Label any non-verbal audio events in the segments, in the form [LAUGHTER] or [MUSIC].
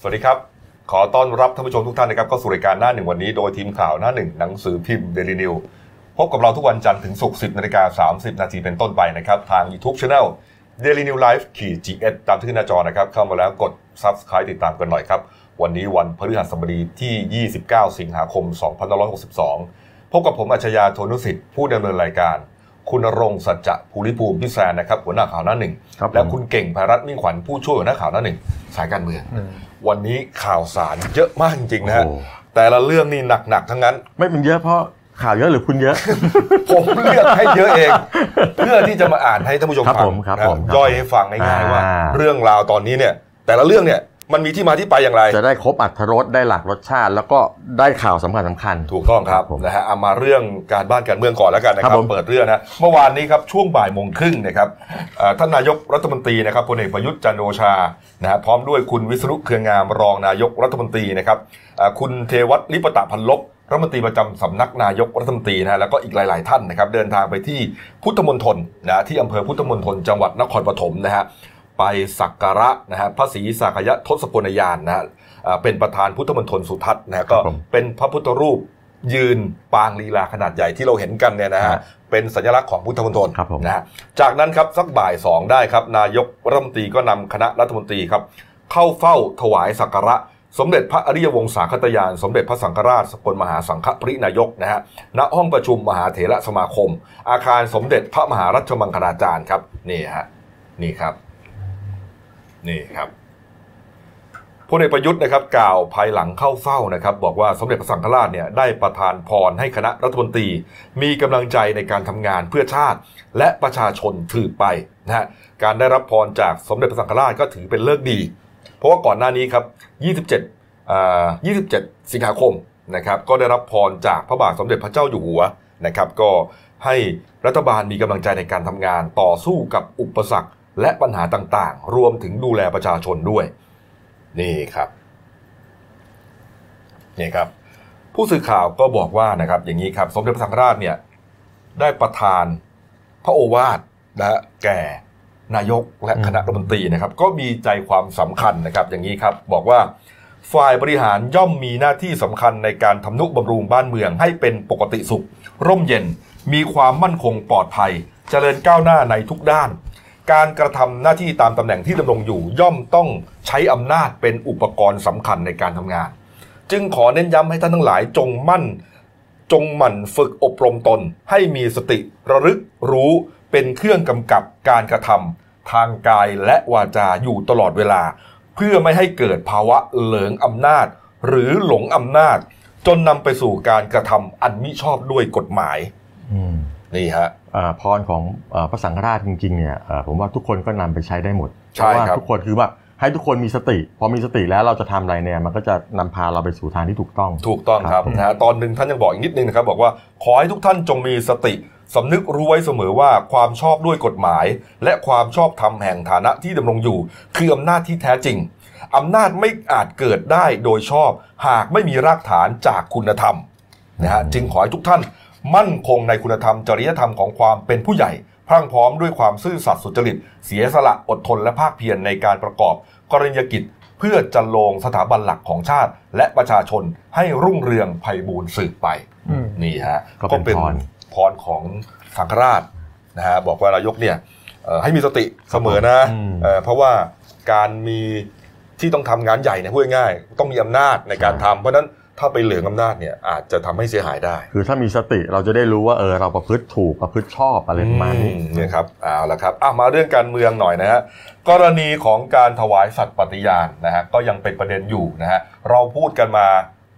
สวัสดีครับ ขอต้อนรับท่านผู้ชมทุกท่านนะครับเข้าสู่รายการหน้าหนึ่งวันนี้โดยทีมข่าวหน้าหนึ่งหนังสือพิมพ์เดลินิวพบกับเราทุกวันจันทร์ถึงศุกร์10นาฬิกา30 นาทีเป็นต้นไปนะครับ ทาง YouTube Channel Daily New Life ขีด GS ตามที่ขึ้นหน้าจอนะครับ เข้ามาแล้วกด Subscribe ติดตามกันหน่อยครับ วันนี้วันพฤหัสบดีที่ 29 สิงหาคม 2562 พบกับผมอัจฉริยะโทนุสิทธิ์ผู้ดำเนินรายการ คุณรงค์สัจจะภูริภูมิพิแซนนะครับหัวหน้าข่าวหน้าหนึ่ง ครับผม และคุณเก่งภารัตน์มิ่งขวัญผู้ช่วยหัวหน้าข่าวหน้าหนึ่งสายการเมือง วันนี้ข่าวสารเยอะมากจริงๆนะฮะ โอ้โห แต่ละเรื่องนี่หนักๆทั้งนั้น ไม่เป็นเยอะเพราะข่าวเยอะหรือคุณเยอะ ผมเลือกให้เยอะเอง [LAUGHS] เพื่อที่จะมาอ่านให้ท่านผู้ชม ครับ ฟัง ผมครับ นะ ผมครับ ย่อยให้ฟังง่ายๆว่า อ่า เรื่องราวตอนนี้เนี่ย แต่ละเรื่องเนี่ยมันมีที่มาที่ไปอย่างไร จะได้ครบอัตรสได้หลักรสชาติ แล้วก็ได้ข่าวสำคัญสำคัญ ถูกต้องครับ ผม นะฮะเอามาเรื่องการบ้านการเมืองก่อนแล้วกันนะค ครั รับบ ผม เปิดเรื่องนะเมื่อวานนี้ครับช่วงบ่ายโมงครึ่งนะครับเอ่อท่านนายกรัฐมนตรีนะครับพลเอกประยุทธ์จันทร์โอชานะฮะพร้อมด้วยคุณวิษณุเครืองามรองนายกรัฐมนตรีนะครับเอ่อคุณเทวัตลิปตะพันลบรัฐมนตรีประจำสำนักนายกรัฐมนตรีนะฮะแล้วก็อีกหลาย ๆ ท่านนะครับเดินทางไปที่พุทธมณฑลนะฮะที่อำเภอพุทธมณฑลจังหวัดนครปฐมนะฮะไปสักการะนะฮะพระศรีสักยะทศพลยานนะฮะเอ่อเป็นประธานพุทธมณฑลสุทัศน์นะฮะก็ ครับผม เป็นพระพุทธรูปยืนปางลีลาขนาดใหญ่ที่เราเห็นกันเนี่ยนะฮะ ฮะ เป็นสัญลักษณ์ของพุทธมณฑล ครับผม นะฮะจากนั้นครับสักบ่ายสองได้ครับ นายกรัฐมนตรีก็นำคณะรัฐมนตรีครับ เข้าเฝ้าถวายสักการะ สมเด็จพระอริยวงศาคตยาน สมเด็จพระสังฆราชสกลมหาสังฆปรินายกนะฮะณห้องประชุมมหาเถระสมาคม อาคารสมเด็จพระมหารัชมังคลาจารย์ครับนี่ฮะนี่ครับ นี่ครับ พลเอกประยุทธ์นะครับกล่าวภายหลังเข้าเฝ้านะครับบอกว่าสมเด็จพระสังฆราชเนี่ยได้ประทานพรให้คณะรัฐมนตรี มีกำลังใจในการทำงานเพื่อชาติ และประชาชนถือไปนะฮะการได้รับพรจากสมเด็จพระสังฆราชก็ถือเป็นเลิกษ์ดี เพราะว่าก่อนหน้านี้ครับ 27อ่า27 สิงหาคมนะครับก็ได้รับพรจากพระบาทสมเด็จพระเจ้าอยู่หัวนะครับก็ให้รัฐบาลมีกำลังใจในการทำงานต่อสู้กับอุปสรรคและปัญหาต่างๆ รวมถึงดูแลประชาชนด้วย นี่ครับ นี่ครับ ผู้สื่อข่าวก็บอกว่านะครับ อย่างนี้ครับ สมเด็จพระสังฆราชเนี่ย ได้ประทานพระโอวาทนะแก่นายกและคณะรัฐมนตรีนะครับ ก็มีใจความสำคัญนะครับ อย่างนี้ครับ บอกว่า ฝ่ายบริหารย่อมมีหน้าที่สำคัญในการทำนุบำรุงบ้านเมืองให้เป็นปกติสุข ร่มเย็น มีความมั่นคงปลอดภัย เจริญก้าวหน้าในทุกด้าน การกระทำหน้าที่ตามตำแหน่งที่ดำรงอยู่ ย่อมต้องใช้อำนาจเป็นอุปกรณ์สำคัญในการทำงาน จึงขอเน้นย้ำให้ท่านทั้งหลายจงมั่น จงหมั่นฝึกอบรมตน ให้มีสติระลึกรู้เป็นเครื่องกำกับการกระทำทางกายและวาจาอยู่ตลอดเวลา เพื่อไม่ให้เกิดภาวะเหลิงอำนาจ หรือหลงอำนาจ จนนำไปสู่การกระทำอันมิชอบด้วยกฎหมาย อืม นี่ฮะ อ่าพรของอ่าพระสังฆราชจริงๆเนี่ยอ่าผมว่าทุกคนก็นำไปใช้ได้หมด ใช่ เพราะว่า ครับ ทุกคนคือแบบให้ทุกคนมีสติ พอมีสติแล้วเราจะทำอะไรเนี่ย มันก็จะนำพาเราไปสู่ทางที่ถูกต้อง ถูกต้องครับนะฮะตอนหนึ่งท่านยังบอกอีกนิดนึงนะครับ บอกว่าขอให้ทุกท่านจงมีสติสำนึกรู้ไว้เสมอว่าความชอบด้วยกฎหมาย และความชอบธรรมแห่งฐานะที่ดำรงอยู่ คืออำนาจที่แท้จริงอำนาจไม่อาจเกิดได้โดยชอบ หากไม่มีรากฐานจากคุณธรรมนะฮะจึงขอให้ทุกท่านมั่นคงในคุณธรรมจริยธรรมของความเป็นผู้ใหญ่ พรั่งพร้อมด้วยความซื่อสัตย์สุจริต เสียสละอดทนและภาคเพียรในการประกอบกรณียกิจ เพื่อจะลงสถาบันหลักของชาติ และประชาชนให้รุ่งเรืองไพบูรย์สืบไป อืม นี่ฮะ ก็เป็นพร พรของสังฆราชนะฮะบอกว่านายกเนี่ยเอ่อให้มีสติเสมอนะ อืม เอ่อเพราะว่าการมีที่ต้องทำงานใหญ่เนี่ยพูดง่ายๆต้องมีอำนาจในการ ใช่ ทำเพราะฉะนั้นถ้าไปเหลืองอำนาจเนี่ยอาจจะทำให้เสียหายได้ คือถ้ามีสติเราจะได้รู้ว่าเออเราประพฤติถูกประพฤติชอบอะไรประมาณนี้ อืเนี่ยครับเอาละครับอ่ะมาเรื่องการเมืองหน่อยนะฮะกรณีของการถวายสัตย์ปฏิญาณนะฮะก็ยังเป็นประเด็นอยู่นะฮะเราพูดกันมา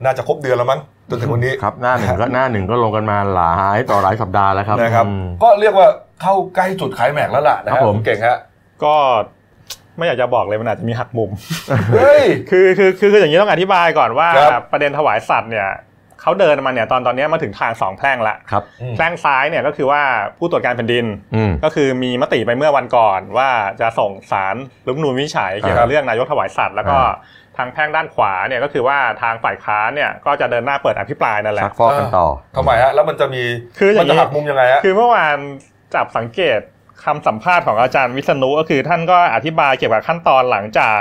น่าจะครบเดือนแล้วมั้งจนถึงวันนี้ ครับหน้าหนึ่งก็หน้าหนึ่งก็ลงกันมาหลายต่อหลายสัปดาห์แล้วครับ นะครับ อืม ก็เรียกว่าเข้าใกล้จุดขายแม็กซ์แล้วล่ะนะค ครั รับบ ผม คุณเก่งฮะ ก็ไม่อยากจะบอกเลยมันอาจจะมีหักมุม เฮ้ย คือคือคือคืออย่างนี้ต้องอธิบายก่อนว่า ครับ ประเด็นถวายสัตว์เนี่ยเขาเดินมาเนี่ยตอนตอนเนี้ยมาถึงทางสองแพร่งละ ครับ แพร่งซ้ายเนี่ยก็คือว่าผู้ตรวจการแผ่นดิน อืม ก็คือมีมติไปเมื่อวันก่อนว่าจะส่งสารรัฐธรรมนูลวินิจฉัยเกี่ยว ครั กับบ เรื่องนายกถวายสัตว์แล้วก็ อ่า ทางแพร่งด้านขวาเนี่ยก็คือว่าทางฝ่ายค้านเนี่ยก็จะเดินหน้าเปิดอภิปรายนั่นแห ซั ละ กฟอกกันต่อ ทำไมฮะแล้วมันจะมี คืออย่า มั งนี้ จะหักมุมยังไงฮะ คือเมื่อวานจับสังเกตคำสัมภาษณ์ของอาจารย์วิษณุก็คือท่านก็อธิบายเกี่ยวกับขั้นตอนหลังจาก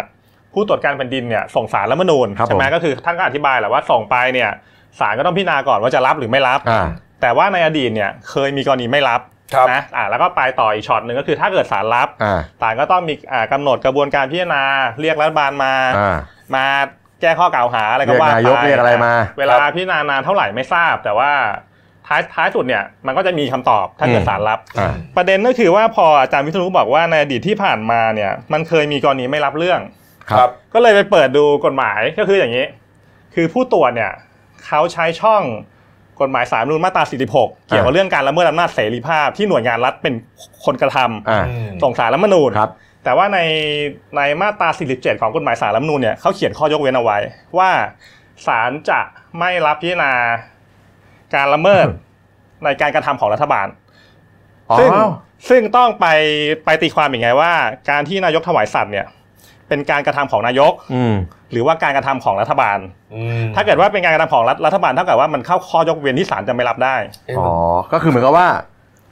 ผู้ตรวจการแผ่นดินเนี่ยส่งสารรัฐธรรมนูญ ครับ ใช่ไหม ผม ก็คือท่านก็อธิบายแหละว่าส่งไปเนี่ยศาลก็ต้องพิจารณาก่อนว่าจะรับหรือไม่รับ อ่า แต่ว่าในอดีตเนี่ยเคยมีกรณีไม่รับ ครับ นะอ่าแล้วก็ไปต่ออีกช็อตหนึ่งก็คือถ้าเกิดศาลรับ อ่า ศาลก็ต้องมีอ่ากำาหนดกระบวนการพิจารณาเรียกรัฐบาลมา อ่า มาแก้ข้อกล่าวหาอะไรก็ เรียก ว่าไป นายกเรียกอะไรมา เวลาพิจารณานานเท่าไหร่ไม่ทราบ แต่ว่าท้ายท้ายสุดเนี่ยมันก็จะมีคำตอบถ้าเกิด อืม ศาลรับ อ่า ประเด็นก็คือว่าพออาจารย์วิษณุบอกว่าในอดีตที่ผ่านมาเนี่ยมันเคยมีกรณีไม่รับเรื่อง ครับ ก็เลยไปเปิดดูกฎหมายก็คืออย่างนี้ คือผู้ตรวจเนี่ยเขาใช้ช่องกฎหมายสามนูนมาตรา 46 เกี่ยวกับเรื่องการละเมิดอำนาจเสรีภาพที่หน่วยงานรัฐเป็นคนกระทำ อ่า อืม ส่งสารรัฐธรรมนูญ ครับ แต่ว่าในในมาตรา 47 ของกฎหมายสารรัฐธรรมนูญเนี่ยเขาเขียนข้อยกเว้นเอาไว้ ว่าศาลจะไม่รับพิจารณาการละเมิด [COUGHS] ในการกระทำของรัฐบาล อ๋อ ซึ่งซึ่งต้องไปไปตีความอย่างไงว่า การที่นายกถวายสัตว์เนี่ยเป็นการกระทำของนายก อืม หรือว่าการกระทำของรัฐบาล อืม ถ้าเกิดว่าเป็นการกระทำของรัฐรัฐบาลเท่ากับว่ามันเข้าข้อยกเว้นที่ศาลจะไม่รับได้ เอ๊ะ อ๋ มั อ น ก็คือเหมือนกับว่า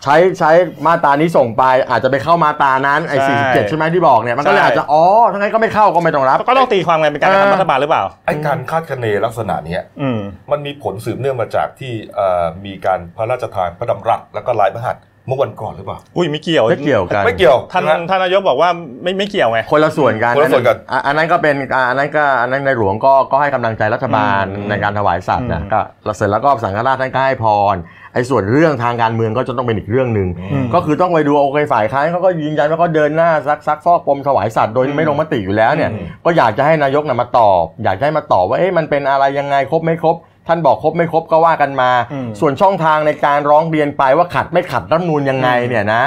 ใช้ใช้มาตรานี้ส่งไปอาจจะไปเข้ามาตรานั้นไอ้ ใช่ สี่สิบเจ็ดใช่ไหมที่บอกเนี่ยมันก็เลย ใช่ อาจจะอ๋อทั้างนั้นก็ไม่เข้าก็ไม่ต้องรับ ก็ต้องตีความไงเป็นการกระ เออ ทำรัฐบาลหรือเปล่า ไอ้การคาดคะเนลักษณะเนี้ย อืม มันมีผลสืบเนื่องมาจากที่เอ่อมีการพระราชทานพระดำรัสแล้วก็ลายพระหัตถ์เมื่อวันก่อนหรือเปล่า อุ้ยไม่เกี่ยว ไม่เกี่ยวกัน ไม่เกี่ยว ท่านะ ท่านนายกบอกว่าไม่ไม่เกี่ยวไง คนละส่วนกัน คนละส่วนกัน อ่ะอันนั้นก็เป็นอ่ะอันนั้นก็อันนั้นในหลวงก็ก็ให้กำลังใจรัฐบาล อืม ในการถวายสัตว์นะ อืม ก็แล้วเสร็จแล้วก็สังฆราชท่านก็ให้พรไอ้ส่วนเรื่องทางการเมืองก็จะต้องเป็นอีกเรื่องหนึ่ง อืม ก็คือต้องไปดูโอเคฝ่ายค้านเขาก็ยืนยันว่าเขาเดินหน้าซักซักฟอกปมถวายสัตว์โดย อืม ไม่ลงมติอยู่แล้วเนี่ย อืม ก็อยากจะให้นายกนะมาตอบ อยากจะให้มาตอบว่าเอ๊ะมันเป็นอะไรยังไงครบไม่ครบ ท่านบอกครบไม่ครบก็ว่ากันมา อืม ส่วนช่องทางในการร้องเรียนไปว่าขัดไม่ขัดรัฐธรรมนูลยังไง อืม เนี่ยนะ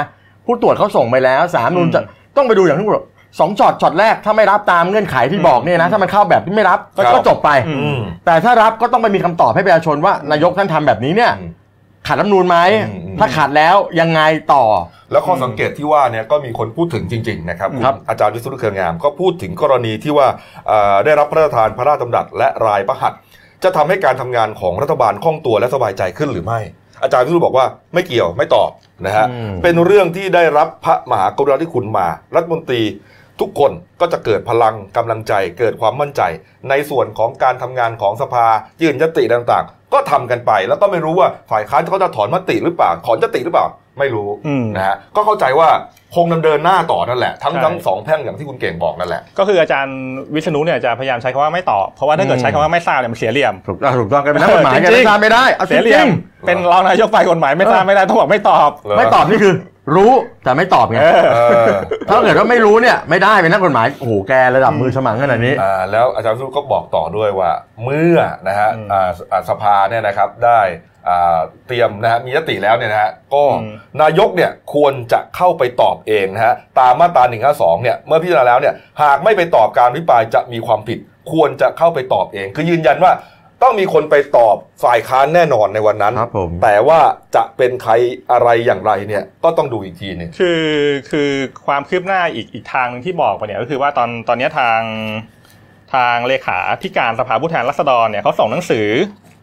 ผู้ตรวจเขาส่งไปแล้วสามนูนจะต้องไปดูอย่างที่บอกสองช็อตช็อตแรกถ้าไม่รับตามเงื่อนไขที่บอกเนี่ยนะถ้ามันเข้าแบบที่ไม่รับก็ ครับ ก็จบไป อื อืม แต่ถ้ารับก็ต้องไปมีคำตอบให้ประชาชนว่านายกท่านทำแบบนี้เนี่ย อืม ขัดรัฐธรรมนูลไหม อืมอืม ถ้าขัดแล้วยังไงต่อ แล้วข้อสังเกตที่ว่าเนี่ยก็มีคนพูดถึงจริงๆนะครับ ครับ อาจารย์วิศนุเครืองาม ก็พูดถึงกรณีที่ว่าเอ่อได้รับพระราชทานพระราชดำรัสและรายประหัตถ์จะทำให้การทำงานของรัฐบาลคล่องตัวและสบายใจขึ้นหรือไม่ อาจารย์วิศนุบอกว่าไม่เกี่ยวไม่ตอบนะฮะ อืม เป็นเรื่องที่ได้รับพระมหากรุณาธิคุณมา รัฐมนตรีทุกคนก็จะเกิดพลังกำลังใจ เกิดความมั่นใจ ในส่วนของการทำงานของสภายื่นยติต่างๆ ก็ทำกันไป แล้วก็ไม่รู้ว่าฝ่ายค้านเขาจะถอนมติหรือเปล่าถอนยติหรือเปล่าไม่รู้ อืม นะฮะก็เข้าใจว่าคงดำเนินหน้าต่อนั่นแหละ ทั้ง ใช่ ทั้งสองแพร่งอย่างที่คุณเก่งบอกนั่นแหละ ก็คืออาจารย์วิษณุเนี่ยจะพยายามใช้คำว่าไม่ตอบเพราะว่าถ้าเกิดใช้คำว่าไม่ทราบเนี่ยมันเสียเหลี่ยม ถูกต้องถูกต้องกันเป็นนักกฎหมายไง จริงๆ ไม่ทราบไม่ได้เอาจ เสียเหลี่ย ริ ม ง เป็นรองนายกฝ่ายกฎหมายไม่ทราบไม่ได้ต้องบอกไม่ตอบ เหรอ ๆไม่ตอบนี่คือ รู้แต่ไม่ตอบไง เออ เออ ถ้าเกิดว่าไม่รู้เนี่ยไม่ได้เป็นนักกฎหมายโอ้โหแกระดับมือฉมังขนาดนี้ อ่าแล้วอาจารย์สุก็บอกต่อด้วยว่า เมื่อนะฮะ อืม อ่าอ่าสภาเนี่ยนะครับได้อ่าเตรียมนะฮะมียติแล้วเนี่ยนะฮะก็ อืม นายกเนี่ยควรจะเข้าไปตอบเองนะฮะตามมาตรา1นึเนี่ยเมื่อพิจารณาแล้วเนี่ยหากไม่ไปตอบการอภิปรายจะมีความผิด ควรจะเข้าไปตอบเอง คือยืนยันว่าต้องมีคนไปตอบฝ่ายค้านแน่นอนในวันนั้น ครับผม แต่ว่าจะเป็นใครอะไรอย่างไรเนี่ยก็ต้องดูอีกทีหนึ่ง คือคือความคืบหน้าอีกอีกทางหนึงที่บอกไปเนี่ยก็คือว่าตอนตอนเนี้ยทางทางเลขาธิการสภาผู้แทนราษฎรเนี่ยเขาส่งหนังสือ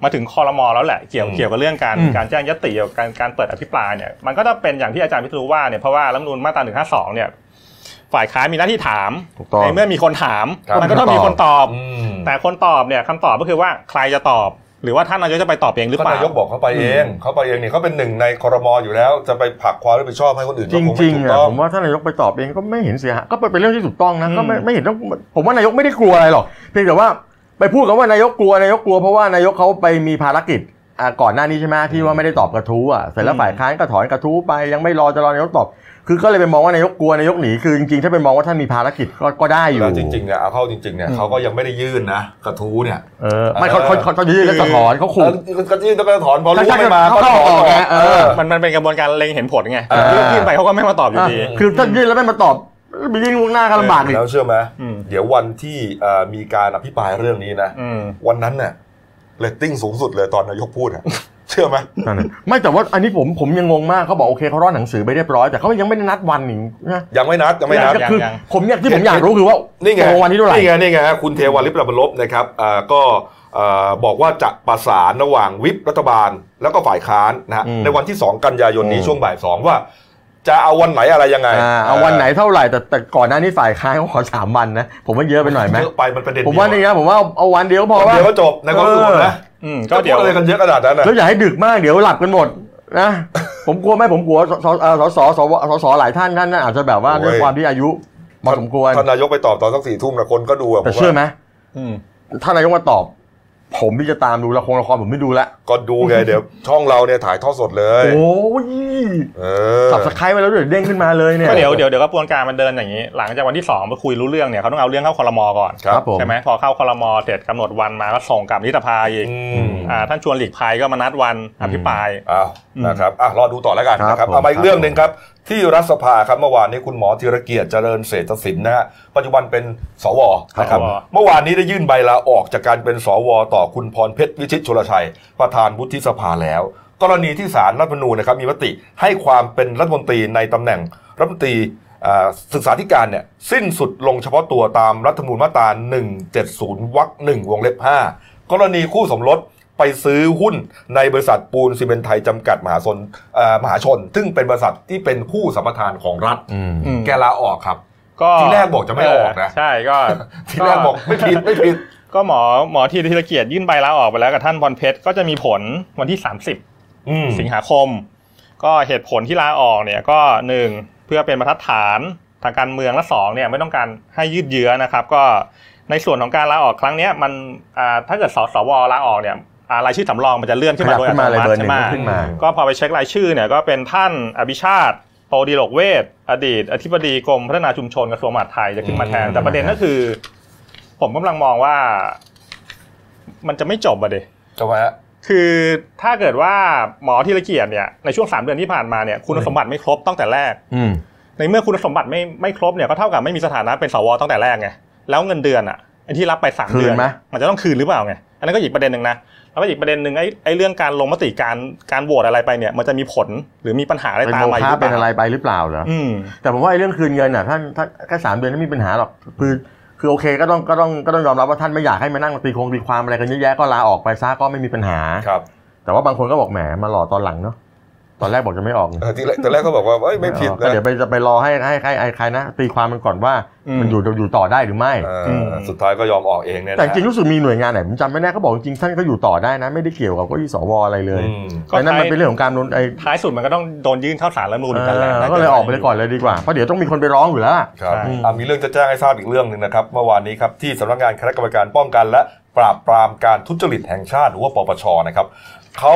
มาถึงคอรมอแล้วแหละเกี่ยว อืม เกี่ยวกับเรื่องการ อืม การแจ้งยติเกี่ยวกับการการเปิดอภิปรายเนี่ยมันก็จะเป็นอย่างที่อาจารย์พิทรูว่าเนี่ยเพราะว่ารัฐธรรมนูลมาตราหนึ่งห้าสองเนี่ยฝ่ายค้านมีหน้าที่ถาม ถูกต้อง ในเมื่อมีคนถาม ครับ มันก็ต้องมีคนตอบ อืม แต่คนตอบเนี่ยคำตอบก็คือว่าใครจะตอบ หรือว่าท่านนายกจะไปตอบเองหรือ ท่านเปล่า นายกบอกเขาไปเอง เขาไปเองเนี่ยเขาเป็นหนึ่งในคอรมออยู่แล้ว จะไปผลักความรับผิดชอบให้คนอื่น จ ก็คง ริ ไม่ ง ถูกๆอ่ะ ต้อง ผมว่าท่านนายกไปตอบเองก็ไม่เห็นเสียหายก็เป็นเรื่องที่ถูกต้องนะ อืม ก็ไม่ไม่เห็นต้องผมว่านายกไม่ได้กลัวอะไรหรอกเพียงแต่ว่าไปพูดกันว่านายกกลัวนายกกลัวเพราะว่านายกเขาไปมีภารกิจอ่ะก่อนหน้านี้ใช่ไหมที่ว่าไม่ได้ตอบกระทู้อ่ะเสร็จแล้วฝ่ายค้านก็ถอนกระทู้ไปยังไม่รอจะรอนายกตอบ คือก็เลยไปมองว่านายกกลัวนายกหนีคือจริงๆถ้าไปมองว่าท่านมีภารกิจก็ก็ได้อยู่ แล้วจริงๆเนี่ยเอาเข้าจริงๆเนี่ย อืม เขาก็ยังไม่ได้ยื่นนะกระทู้เนี่ย เออไม่เขาเขาเขาเขายื่นแล้วก็ถอนเขาขู่ เออกระยื่นต้องไปถอนพอรู้ ใช่ ว่าไม่มา เขา ก็ถ เข้า อน ออก อ ไง อก เออ เออ มันมันเป็นกระบวนการเล็งเห็นผลไง อ่า เรื่องยื่นไปเขาก็ไม่มาตอบอยู่ดี อ่ะคือท่านยื่นแล้วไม่มาตอบไปยื่นล่วงหน้าก็ลำบากอีก แล้วเชื่อไหม อืม เดี๋ยววันที่เอ่อมีการอภิปรายเรื่องนี้นะ อืม วันนั้นเนี่ยเรตติ้งสูงสุดเลยตอนนายกพูดอะเชื่อไหม นั่นแหละไม่แต่ว่าอันนี้ผมผมยังงงมากเขาบอกโอเคเขาร่อนหนังสือไปเรียบร้อยแต่เขายังไม่ได้นัดวันนี่นะ ยังไม่นัดยังไม่นัด ก็คือ ยัง ผมอยากที่ผมอยากรู้คือว่า นี่ไง ตกลวันที่เท่าไหร่ ไงนี่ไงฮะคุณเทวันลิปตบลบนะครับอ่าก็อ่าบอกว่าจะประสานระหว่างวิปรัฐบาลแล้วก็ฝ่ายค้านนะฮะ อืม ในวันที่ 2 กันยายนนี้ อืม ช่วงบ่ายสองว่า จะเอาวันไหนอะไรยังไง อ่าเอาวันไหนเท่าไหร่แต่แต่ก่อนหน้านี้ฝ่ายค้านเขาขอสามวันนะ ผมว่าเยอะไปหน่อยไหม เยอะไปมันประเด็น ผมว่านี่ เดียว นะผมว่าเอาเอาวันเดียวพอ วัน ว่า เดียวก็จบในความรู้สึกผมนะ อืมก็เดี๋ยว จะพูอะไรกันเยอะขนาดนั้นนะ แล้วอย่าให้ดึกมากเดี๋ยวหลับกันหมดนะ ผมกลัวไหมผมกลัวสสเอ่อสสสวสสหลายท่านท่านน่ะอาจจะแบบว่า โอ้ย ด้วยความที่อายุพอสมควร ท่านนายกไปตอบตอนสักสี่ทุ่มนะคนก็ดูอะผ แต่ ม เชื่อ ว่า ไหม อืม ท่านนายกมาตอบ ผมที่จะตามดูละครละครผมไม่ดูละ ก็ดูไงเดี๋ยวช่องเราเนี่ยถ่ายทอดสดเลย โอ้ย เออ สับสไครต์ไปแล้วเดี๋ยวเด้งขึ้นมาเลยเนี่ย ก็เดี๋ยวเดี๋ยวเดี๋ยวกระบวนการมันเดินอย่างนี้ หลังจากวันที่สองไปคุยรู้เรื่องเนี่ยเขาต้องเอาเรื่องเข้าคอรมอก่อน ครับ ผม ใช่ไหมพอเข้าคอรมอเสร็จกำหนดวันมาก็ส่งกลับนิตภาอีก อืม อ่าท่านชวนหลีกภัยก็มานัดวันอภิปราย อ้าวนะครับอ่ะรอดูต่อแล้วกันนะค ครั รับบ ผม เอามาอีกเรื่องหนึ่งครับ ที่รัฐสภาครับเมื่อวานนี้คุณหมอธีรเกียรติเจริญเศรษฐศิลป์นะฮะปัจจุบันเป็นสวนะครับ ครับ เมื่อวานนี้ได้ยื่นใบลาออกจากการเป็นสว ต่อคุณพรเพชรวิชิตชลชัย ประธานวุฒิสภาแล้ว กรณีที่สารรัฐธรรมนูญนะครับมีมติให้ความเป็นรัฐมนตรีในตำแหน่งรัฐมนตรีอ่าศึกษาธิการเนี่ยสิ้นสุดลงเฉพาะตัวตามรัฐธรรมนูญมาตรา170วรรคหนึ่งวงเล็บห้ากรณีคู่สมรส ไปซื้อหุ้นในบริษัทปูนซีเมนต์ไทยจำกัดมหาชนเอ่อมหาชน ซึ่งเป็นบริษัทที่เป็นผู้สัมปทานของรัฐ อืม แกลาออกครับ ก็ ที่แรกบอกจะไม่ออกนะ ใช่ก็ [LAUGHS] ทีแรกบอกไม่ผิดไม่ผิด ก็หมอหมอที่ธีรเกียรติยื่นใบลาออกไปแล้วกับท่านบอลเพชรก็จะมีผลวันที่ 30 อืม สิงหาคม ก็เหตุผลที่ลาออกเนี่ยก็หนึ่งเพื่อเป็นบรรทัดฐานทางการเมืองและสองเนี่ยไม่ต้องการให้ยืดเยื้อนะครับ ก็ในส่วนของการลาออกครั้งเนี้ยมันอ่าถ้าเกิดสสวลาออกเนี่ยอ่ารายชื่อสำรองมันจะเลื่อนขึ้น ข มา ยับ โดย ขึ้ อั น ต มาเลยโนมั เบอร์ติหนึ่งขึ้ใช่ไหมนมา ก็พอไปเช็ครายชื่อเนี่ยก็เป็นท่านอภิชาติโปดีโลกเวทอดีต อธิบดีกรมพัฒนาชุมชนกระทรวงมหาดไทยจะขึ้นมาแทน อืม แต่ประเด็นก็คือ ผมกำลังมองว่ามันจะไม่จบอะเด ทำไมฮะ คือถ้าเกิดว่าหมอที่ละเกียดเนี่ยในช่วง 3 เดือนที่ผ่านมาเนี่ยคุณสมบัติไม่ครบตั้งแต่แรก อืม ในเมื่อคุณสมบัติไม่ไม่ครบเนี่ยก็เท่ากับไม่มีสถานะเป็นสวตั้งแต่แรกไงแล้วเงินเดือนอ่ะไอ้ที่รับไป 3 คื เดื น อน ไหม มันจะต้องคืนหรือเปล่าไงอันนั้นก็อีกประเด็นหนึ่งนะแล้วก็อีกประเด็นหนึ่งไอ้ไอ้เรื่องการลงมติการการโหวตอะไรไปเนี่ยมันจะมีผลหรือมีปัญหาอะไร เป็น ตาม โม มาอี ฆะ กหรือเป เป็นอะไร ล่า ไปหรือเปล่าเหรอ อืม แต่ผมว่าไอ้เรื่องคืนเงินน่ะท่านท่านแค่สามเดือนไม่มีปัญหาหรอกคือคือโอเคก็ต้องก็ต้องก็ต้องยอมรับว่าท่านไม่อยากให้มานั่งตีโครงตีความอะไรกันเยอะแยะก็ลาออกไปซะก็ไม่มีปัญหา ครับ แต่ว่าบางคนก็บอกแหมมาหล่อตอนหลังเนาะตอนแรกบอกจะไม่ออก เออทีแรกตอนแรกก็บอกว่าเอ้ยไม่ผิด ก็ นะ เดี๋ยวไปจะไปรอให้ให้ให้ไอ้ใครนะตีความมันก่อนว่า อืม มันอยู่อยู่ต่อได้หรือไม่ เออ ม สุดท้ายก็ยอมออกเองเนี่ยนะ แต่จริงรู้สึกมีหน่วยงานไหนผมจำไม่แน่เขาบอกจริงๆท่านก็อยู่ต่อได้นะ ไม่ได้เกี่ยวกับเก็ยี่สวอะไรเลย อืม ก็ แต่นั่นมัน ท้าย เป็นเรื่องของการโดนไอ้ ท้ายสุดมันก็ต้องโดนยื่นเข้าศาลรัฐธรรมนูลอีกกันแหละ เออก็เลยออกไปก่อนเลยดีกว่าเพราะเดี๋ยวต้องมีคนไปร้องอยู่แล้วล่ะ ครับ ใช่ อ่ะมีเรื่องจะแจ้งให้ทราบอีกเรื่องหนึ่งนะครับเมื่อวานนี้ครับที่สำนักงานคณะกรรมการป้องกัน และปราบปรามการทุจริตแห่งชาติหรือว่าปปชนะครับเขา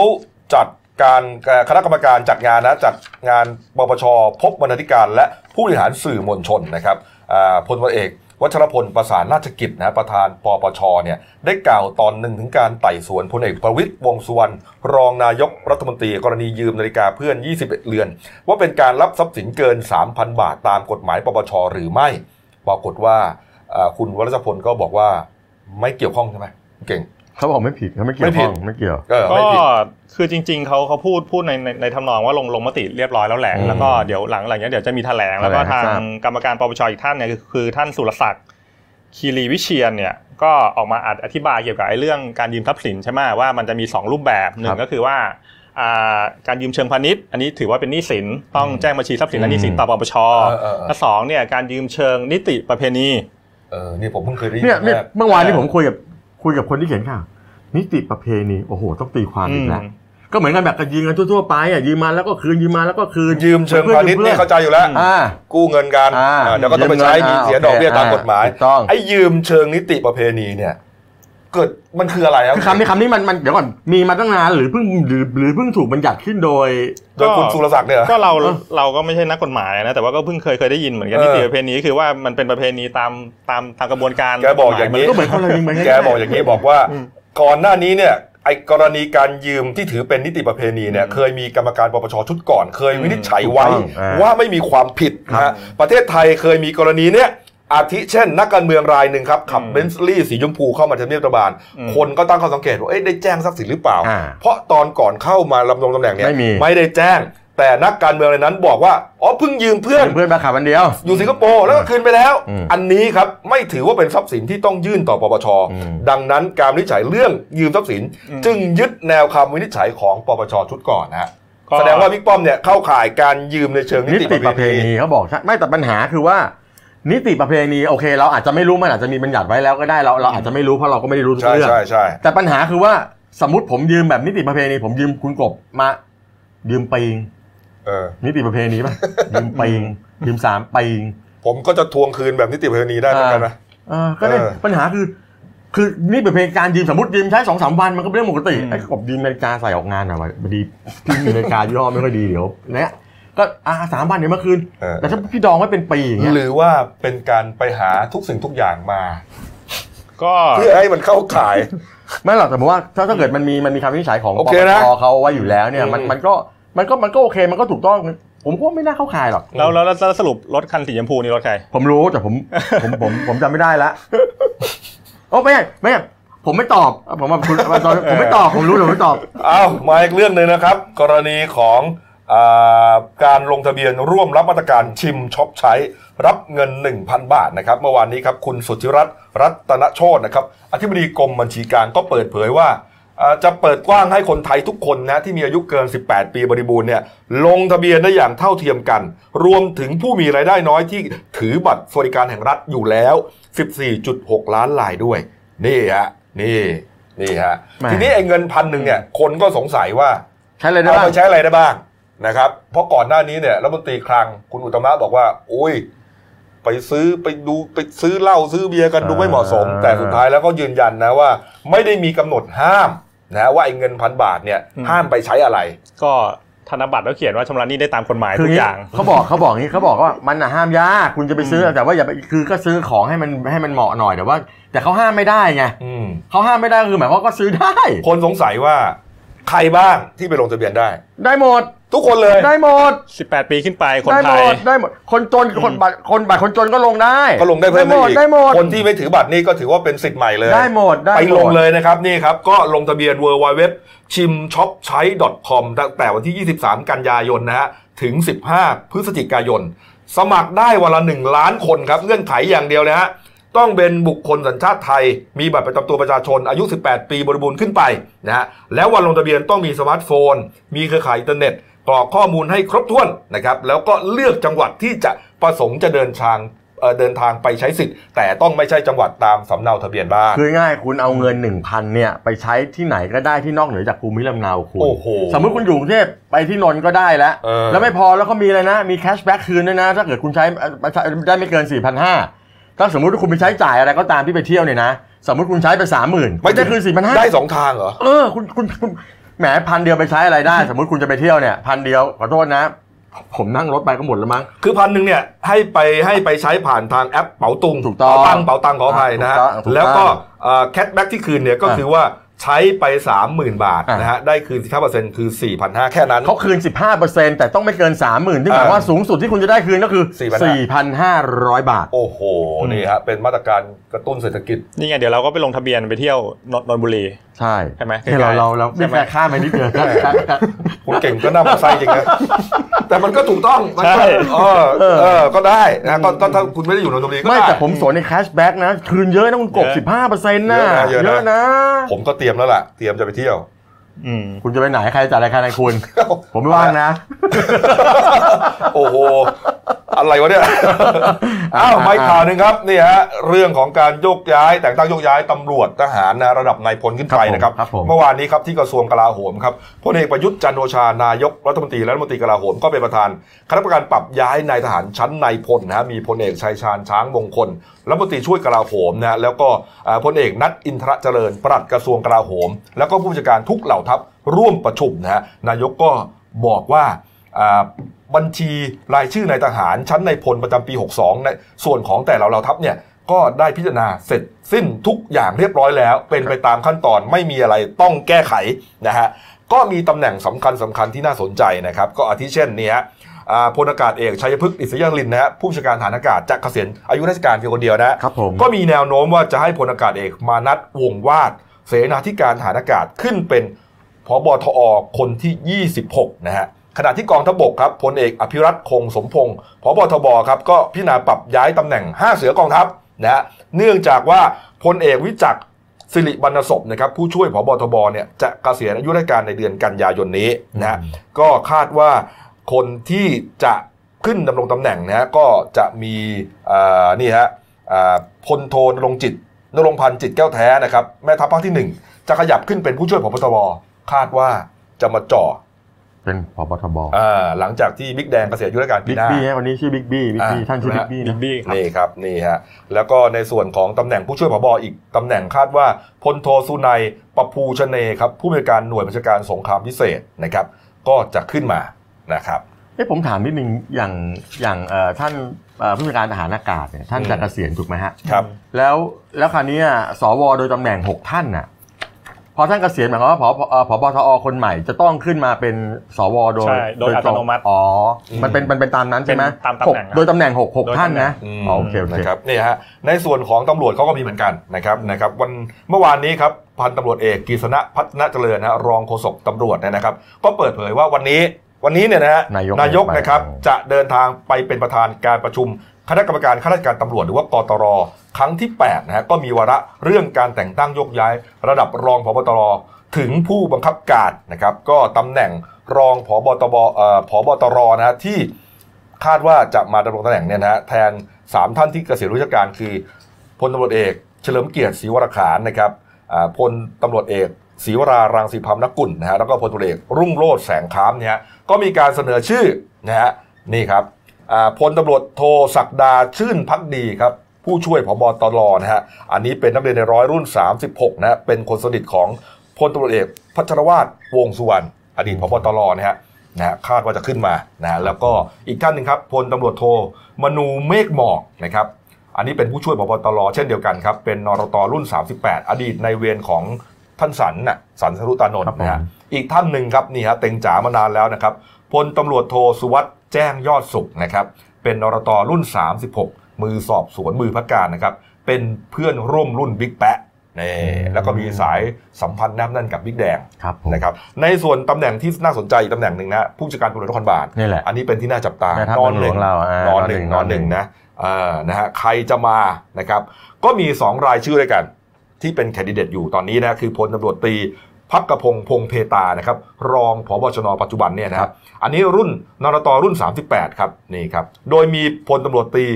จัดการเอ่อคณะกรรมการจัดงานนะจัดงานปปชพบบรรณาธิการและผู้บริหารสื่อมวลชนนะครับอ่าพลตำรวจเอก วัชรพลประสานราชกิจนะประธานปปชเนี่ยได้กล่าวตอนหนึ่งถึงการไต่สวนพลเอกประวิตยวงษ์สุวรรณรองนายกรัฐมนตรีกรณียืมนาฬิกาเพื่อน 21 เรือน ว่าเป็นการรับทรัพย์สินเกิน 3,000 บาทตามกฎหมายปปชหรือไม่ ปรากฏว่าเอ่อคุณวัชรพลก็บอกว่าไม่เกี่ยวข้องใช่ไหมเก่ง เขาบอกไม่ผิดเขาไม่เกี่ยว ไม่ผิ ข้ ด องไม่เกี่ยว เออ ก็ ไม่ผิด คือจริง ๆเขาเขาพูดพูดในในในทำนองว่าลงลงมติเรียบร้อยแล้วแหละ อืม แล้วก็เดี๋ยวหลังหลังเนี้ยเดี๋ยวจะมีแถลง แล้วก็ แถลง ทาง ทราบ กรรมการปปชอีกท่านเนี่ยคือคือท่านสุรศักดิ์คีรีวิเชียนเนี่ยก็ออกมาอธิบายเกี่ยวกับไอ้เรื่องการยืมทรัพย์สินใช่ไหมว่ามันจะมี 2 รูปแบบหนึ่งก็คือว่าอ่าการยืมเชิงพาณิชย์ อันนี้ถือว่าเป็นหนี้สินต้องแจ้งบัญชีทรัพย์สินและหนี้สินต่อปปช เออเออเออ และสองเนี่ยการยืมเชิงนิติประเพณี เออนี่ผมเพิ่งเคยได้ยิน เนี่ยเนี่ย แรก เมื่อวานนี้ผมคุยกับคุยกับคนที่เขียนข่าวนิติประเพณีโอ้โหต้องตีความอีกแล้ว อืม ก็เหมือนกันแบบกันยืมกันทั่วๆไปอ่ะยืมมาแล้วก็คืนยืมมาแล้วก็คืน ยืมเชิงพาณิชย์นี่เข้าใจอยู่แล้ว อ่า กู้เงินกัน อ่า อ่าเดี๋ยวก็ต้องไปใช้ ยืมเงินอ่า เสียดอกเบี้ยตามกฎหมาย ถูกต้อง ไอ้ยืมเชิงนิติประเพณีเนี่ย เกิดมันคืออะไรครับ คือคำนี้คำนี้มันมันเดี๋ยวก่อนมีมาตั้งนานหรือเพิ่งหรือหรือเพิ่งถูกบัญญัติขึ้นโดย โดยคุณสุรศักดิ์เนี่ยเหรอ [LAUGHS] ก็เราเราก็ไม่ใช่นักกฎหมายนะแต่ว่าก็เพิ่งเคยเคยได้ยินเหมือนกัน เออ นิติประเพณีคือว่ามันเป็นประเพณีตามตามตามกระบวนการ แกบอกอย่างนี้ ก็เหมือนคนเรายิงไป แกบอกอย่างนี้บอกว่าก่อนหน้านี้เนี่ยไอ้กรณีการยืมที่ถือเป็นนิติประเพณีเนี่ยเคยมีกรรมการปปชชุดก่อน เคยวินิจฉัยไว้ ถูกต้องอ่า ว่าไม่มีความผิดนะฮะประเทศไทยเคยมีกรณีเนี่ยอาทิเช่น นักการเมืองรายหนึ่งครับขับเบนซ์ลี่สีชมพูเข้ามาทำเนียบรัฐบาล คนก็ตั้งข้อสังเกตว่าเอ๊ะได้แจ้งทรัพย์สินหรือเปล่า อ่า เพราะตอนก่อนเข้ามาลำรงตำแหน่งเนี่ย ไม่มี ไม่ได้แจ้ง แต่นักการเมืองในนั้นบอกว่าอ๋อเพิ่งยืมเพื่อน เพื่อนมาขับอันเดียว อยู่สิงคโปร์แล้วก็คืนไปแล้ว อืม อันนี้ครับไม่ถือว่าเป็นทรัพย์สินที่ต้องยื่นต่อปปช อืม ดังนั้นการวินิจฉัยเรื่องยืมทรัพย์สิน จึงยึดแนวคำวินิจฉัยของปปชชุดก่อนนะฮะ ก็ แสดงว่าบิ๊กป้อมเนี่ยเข้าข่ายการยืมในเชิงนิ นิ ติ ติประเพณีเขาบอกใช่ไม่แต่ปัญหาคือว่า นิติประเพณีโอเค เราอาจจะไม่รู้มันอาจจะมีบัญญัติไว้แล้วก็ได้เราเราอาจจะไม่รู้เพราะเราก็ไม่ได้รู้ทุก ใช่ เรื่อง ใช่ใช่ แต่ปัญหาคือว่าสมมติผมยืมแบบนิติประเพณี ผมยืมคุณกบมา ยืมปิง เออ นิติประเพ [LAUGHS] ณีป่ะ ยืมปิงยืมสามปิง ผมก็จะทวงคืนแบบนิติประเพณีได้เหมือนกันนะ เออก็ได้ เออ ปัญหาคือ คือนี่เป็นเพลงการยืมสมมติยืมใช้สองสามวันมันก็เป็นเรื่องปกติ อืม ไอ้กบยืมนาฬิกาใส่ออกงานหน่อยวะพอดีพี่มีนาฬิกายี่ห้อไม่ค่อยดีเดี๋ยวเนี่ยก็อ่าสามวันเดี๋ยวมาคืน เออ แต่ถ้าพี่ดองไว้เป็นปีอย่างเงี้ย หรือว่าเป็นการไปหาทุกสิ่งทุกอย่างมา ก็ เพื่อให้มันเข้าข่าย ไม่หรอกแต่ผมว่าถ้าถ้าเกิดมันมีมันมีคำวินิจฉัยของ โอ ป เค ป นะ ชเขาไว้อยู่แล้วเนี่ยมัน อืม มันก็มันก็มันก็โอเคมันก็ถูกต้อง ผมก็ไม่น่าเข้าข่ายหรอก แล้วแล้วแล้วสรุปรถคันสีชมพูนี่รถใคร ผมรู้แต่ผม ผมผมผมจำไม่ได้ละโอ้ไม่ใช่ไม่ใช่ผมไม่ตอบผมว่าคุณผมไม่ตอบผมรู้แต่ผมไม่ตอบ อ้าวมาอีกเรื่องหนึ่งนะครับ กรณีของอาการลงทะเบียนร่วมรับมาตรการชิมช็อปใช้ รับเงิน 1,000 บาทนะครับเมื่อวานนี้ครับคุณสุทธิรัตน์รัตนโชตนะครับอธิบดีกรมบัญชีกลางก็เปิดเผยว่าอ่าจะเปิดกว้างให้คนไทยทุกคนนะที่มีอายุเกิน 18 ปีบริบูรณ์เนี่ยลงทะเบียนได้อย่างเท่าเทียมกัน รวมถึงผู้มีรายได้น้อยที่ถือบัตรสวัสดิการแห่งรัฐอยู่แล้ว 14.6 ล้านรายด้วยนี่ฮะนี่นี่ฮะ แหม ทีนี้ ไอ้เงินพันหนึ่งเนี่ยคนก็สงสัยว่า ใช้อะไรได้ เอา บ้าง ไปใช้อะไรได้บ้างนะครับ เพราะก่อนหน้านี้เนี่ยรัฐมนตรีคลังคุณอุตตมะบอกว่า อุ้ย ไปซื้อไปดูไปซื้อเหล้าซื้อเบียร์กันดูไม่เหมาะสม อ่า แต่สุดท้ายแล้วก็ยืนยันนะว่า ไม่ได้มีกำหนดห้ามนะว่าไอ้เงินพันบาทเนี่ย อืม ห้ามไปใช้อะไร ก็ธนบัตรก็เขียนว่าชำระหนี้ได้ตามกฎหมายทุกอย่าง เขาบอกเขาบอกงี้เขาบอกว่ามันน่ะห้ามยากคุณจะไปซื้ออแต่ว่าอย่าไปคือก็ซื้อของให้มันให้มันเหมาะหน่อยแต่ว่า แต่เขาห้ามไม่ได้ไง อืม เขาห้ามไม่ได้คือหมายความว่าก็ซื้อได้ คนสงสัยว่า ใครบ้างที่ไปลงทะเบียนได้ ได้หมด ทุกคนเลย ได้หมด 18 ปีขึ้นไปคน ได้ ไท หม ย ดได้หมดคนจนคนบัตรคนบัตรคนจนก็ลงได้ ก็ลงได้เพิ่ม ได้หมด อีก ได้หมด คนที่ไม่ถือบัตรนี่ก็ถือว่าเป็นสิทธิ์ใหม่เลย ได้หมดได้หมด ไปลงเลยนะครับนี่ครับ ก็ลงทะเบียน www ชิมช็อปใช้ .com ตั้งแต่วันที่ 23 กันยายนนะฮะถึง 15 พฤศจิกายน สมัครได้วันละ 1 ล้านคนครับ เงื่อนไขอย่างเดียวนะฮะต้องเป็นบุคคลสัญชาติไทย มีบัตรประจำตัวประชาชนอายุ 18 ปีบริบูรณ์ขึ้นไปนะฮะแล้ววันลงทะเบียนต้องมีสมาร์ทโฟน มีเครือข่ายอินเทอร์เน็ตกรอกข้อมูลให้ครบถ้วนนะครับแล้วก็เลือกจังหวัดที่จะประสงค์จะเดินทางเอ่อเดินทางไปใช้สิทธิ์ แต่ต้องไม่ใช่จังหวัดตามสำเนาทะเบียนบ้าน คือง่ายคุณเอาเงินหนึ่งพันเนี่ยไปใช้ที่ไหนก็ได้ที่นอกเหนือจากภูมิลำเนาคุณ โอ้โห สมมติคุณอยู่กรุงเทพไปที่นนท์ก็ได้แล้ว เออ แล้วไม่พอแล้วก็มีอะไรนะมีแคชแบ็กคืนด้วยนะถ้าเกิดคุณใช้เอ่อได้ไม่เกิน 4,500ถ้าสมมติว่าคุณไปใช้จ่ายอะไรก็ตามที่ไปเที่ยวเนี่ยนะสมมติคุณใช้ไปสามหมื่นไม่ได้คืนสี่พันห้า ได้สองทางเหรอ เออคุณคุณคุณแหมพันเดียวไปใช้อะไรได้ สมมติคุณจะไปเที่ยวเนี่ยพันเดียวขอโทษนะ ผมนั่งรถไปก็หมดแล้วมั้ง คือพันหนึ่งเนี่ยให้ไปให้ไปใช้ผ่านทางแอปเป๋าตุง ถูกต้อง เป๋าตังเป๋าตังขออภัยนะฮะ ถูกต้องถูกต้อง แล้วก็แค h แบ็กที่คืนเนี่ยก็ อ่ะ คือว่าใช้ไป 30,000 บาท อ่ะ นะฮะได้คืน 15%คือ 4,500 แค่นั้น เขาคืน 15%แต่ต้องไม่เกิน 30,000ที่หมาย เออ ว่าสูงสุดที่คุณจะได้คืนก็คือ 4,500 บาท โอ้โห อืม นี่ฮะเป็นมาตรการกระตุ้นเศรษฐกิจ นี่ไงเดี๋ยวเราก็ไปลงทะเบียนไปเที่ยวนนนนบุรี ใช่ ใช่ไหม เนี่ยเรา ใกล้ๆ เราเรา ใช่ ไม่ ไหม แฟร์ข้ามไปนิดเดียวครับครับครับ คุณเก่งก็น่าหมันไส้ [LAUGHS] จริงนะ แต่มันก็ถูกต้องมันก็ ใช่ เออ เออ เออก็ได้นะก็ก็ถ้าคุณไม่ได้อยู่ในตรงนี้ก็ ไม่ ได้ แต่ผมสวนในแคชแบ็กนะ คืนเยอะนะคุณกบ เยอะ 15เปอร์เซ็นต์นะ เยอะนะเยอะนะ นะ ผมก็เตรียมแล้วล่ะ เตรียมจะไปเที่ยว อืม คุณจะไปไหนใครจะจ่ายรายการในคุณ ผมไม่ว่างนะ โอ้โห อะไรวะเนี่ย อ้าวไปข่าวหนึ่งครับนี่ฮะเรื่องของการโยกย้าย แต่งตั้งโยกย้ายตำรวจทหารนะระดับนายพลขึ้นไปนะครับ ครับผม เมื่อวานนี้ครับที่กระทรวงกลาโหมครับพลเอกประยุทธ์จันทร์โอชานายกรัฐมนตรีและรัฐมนตรีกลาโหมก็เป็นประธานคณะกรรมการปรับย้ายนายทหารชั้นนายพลนะฮะมีพลเอกชัยชาญช้างมงคลรัฐมนตรีช่วยกลาโหมนะฮะแล้วก็อ่าพลเอกนัทอินทรเจริญปลัดกระทรวงกลาโหม แล้วก็ผู้จัดการทุกเหล่าทัพร่วมประชุมนะฮะนายกก็บอกว่าอ่า บัญชีรายชื่อนายทหารชั้นในายพลประจำปี 62 ในส่วนของแต่ละเราทัพเนี่ยก็ได้พิจารณาเสร็จสิ้นทุกอย่างเรียบร้อยแล้ว เป็นไปตามขั้นตอนไม่มีอะไรต้องแก้ไขนะฮะก็มีตำแหน่งสำคัญสำคัญที่น่าสนใจนะครับ ก็อาทิเช่นเนี่ยฮะอ่าพลอากาศเอกชัยพฤกษ์อิสยาลินนะฮะผู้บัญชาการฐานอากาศจากเกษียณอายุราชการเพียงคนเดียวนะฮะ ครับผม ก็มีแนวโน้มว่าจะให้พลอากาศเอกมานัดวงวาด เสนาธิการฐานอากาศขึ้นเป็นพบทอคนที่ 26 นะฮะขณะที่กองทัพบกครับพลเอกอภิรัตคงสมพงศ์พบทบครับก็พิจารณาปรับย้ายตำแหน่ง 5 เสือกองทัพนะฮะเนื่องจากว่าพลเอกวิจักร สิริบรรณศพนะครับผู้ช่วยผบทบเนี่ยจะเกษียณอายุราชการในเดือนกันยายนนี้นะฮะก็คาดว่าคนที่จะขึ้นดำรงตำแหน่งนะฮะก็จะมีอ่านี่ฮะอ่าพลโทนรงค์จิตนรงค์พันธ์จิตแก้วแท้นะครับแม่ทัพภาคที่หนึ่งจะขยับขึ้นเป็นผู้ช่วยผบทบคาดว่าจะมาเจ่อ เป็นพบทบ าหลังจากที่บิ๊กแดงเกษียณอายุราชการปี บิ๊ก หน้า บี้ฮะวันนี้ชื่อบิ๊กบี้บิ๊กบี้ อ่ะ ท่านชื่อ นะ บิ๊ ฮะ กบี้ บิ๊ นะ กบี้ครับ นี่ครับนี่ฮะแล้วก็ในส่วนของตำแหน่งผู้ช่วยผบอีกตำแหน่งคาดว่าพลโทสุนัยประภูชเนครับผู้บริการหน่วยบัญชาการสงครามพิเศษนะครับ ก็จะขึ้นมานะครับ เอ้ผมถามนิดนึงอย่างอย่างเอ่อท่านเอ่อผู้บัญชาการทหารอากาศเนี่ยท่าน อืม จะเกษียณถูกไหมฮะ ครับ แล้วแล้วคราวเนี้ยสวโดยตำแหน่งหกท่านน่ะพอท่านเกษียณหมายความว่าพอเอ่อผบทอคนใหม่จะต้องขึ้นมาเป็นสวโดย ใช่โดยอัตโนมัติ อ๋ออ ม มันเป็นมันเป็นตามนั้นใช่ไหม เป็นตามตำ ห แห ก น่ง โดยตำแหน่งหกหก โดย ท่าน ตำแหน่ง นะ อืม อ๋อโอเคโอเค นะครับนี่ฮะในส่วนของตำรวจเขาก็มีเหมือนกันนะครับนะครับวันเมื่อวานนี้ครับพันตำรวจเอกกฤษณะพัฒนาเจริญนะฮะรองโฆษกตำรวจเนยนะครับ ก็เปิดเผยว่าวันนี้วันนี้เนี่ยนะฮะ นายก กนะครับ ไป จะเดินทางไปเป็นประธานการประชุม คณะกรรมการข้าราชการตำรวจหรือว่ากตร ครั้งที่8นะฮะก็มีวาระเรื่องการแต่งตั้งโยกย้าย ระดับรองพบตรถึงผู้บังคับการนะครับ ก็ตำแหน่งรองพบตบเอ่อพบตรนะฮะที่ คาดว่าจะมาดำรงตำแหน่งเนี่ยนะฮะแทน 3 ท่านที่เกษียณราชการคือพลตำรวจเอกเฉลิมเกียรติศรีวรขานนะครับอ่าพลตำรวจเอกศรีวรารังสีพรรมนกุลนะฮะแล้วก็พลตำรวจเอกรุ่งโรจน์แสงค้ามเนี่ยฮะก็มีการเสนอชื่อนะฮะนี่ครับอ่าพลตำรวจโทศักดาชื่นพักดีครับ ผู้ช่วยผบตรนะฮะอันนี้เป็นนักเรียนในร้อยรุ่น 36นะฮะเป็นคนสนิทของพลตำรวจเอกพัชรวาทวงสุวรรณอดีตผบตรนะฮะ นะฮะคาดว่าจะขึ้นมานะฮะแล้วก็อีกท่านหนึ่งครับพลตำรวจโทมนูเมฆหมอกนะครับอันนี้เป็นผู้ช่วยพบตรเช่นเดียวกันครับ เป็นนรตรุ่น 38 อดีตในเวรของท่านสันน่ะสันสรุตานนท์นะฮะ ครับผม อีกท่านหนึ่งครับนี่ฮะเต็งจ๋ามานานแล้วนะครับพลตำรวจโทสุวัสด์แจ้งยอดสุขนะครับ เป็นนรตรุ่น 36 มือสอบสวนมือพักการนะครับ เป็นเพื่อนร่วมรุ่นบิ๊กแปะนี่แล้วก็มีสายสัมพันธ์แนบแน่นกับบิ๊กแดง ครับผม นะครับในส่วนตำแหน่งที่น่าสนใจอีกตำแหน่งหนึ่งนะผู้จัดการตำรวจนครบาล นี่แหละ อันนี้เป็นที่น่าจับตา แม่ทัพ นอน หลวงเราอ่าน น อนหนึ่งนอนหนึ่ง นอนหนึ่ง นะเอ่อนะฮะใครจะมานะครับ ก็มี 2 รายชื่อด้วยกัน ที่เป็นแคนดิเดตอยู่ตอนนี้นะคือพลตำรวจตรีพักกระพงพงเพตานะครับรองผบชนปัจจุบันเนี่ยนะครับอันนี้รุ่นนรตรุ่น 38 ครับนี่ครับโดยมีพลตำรวจตรี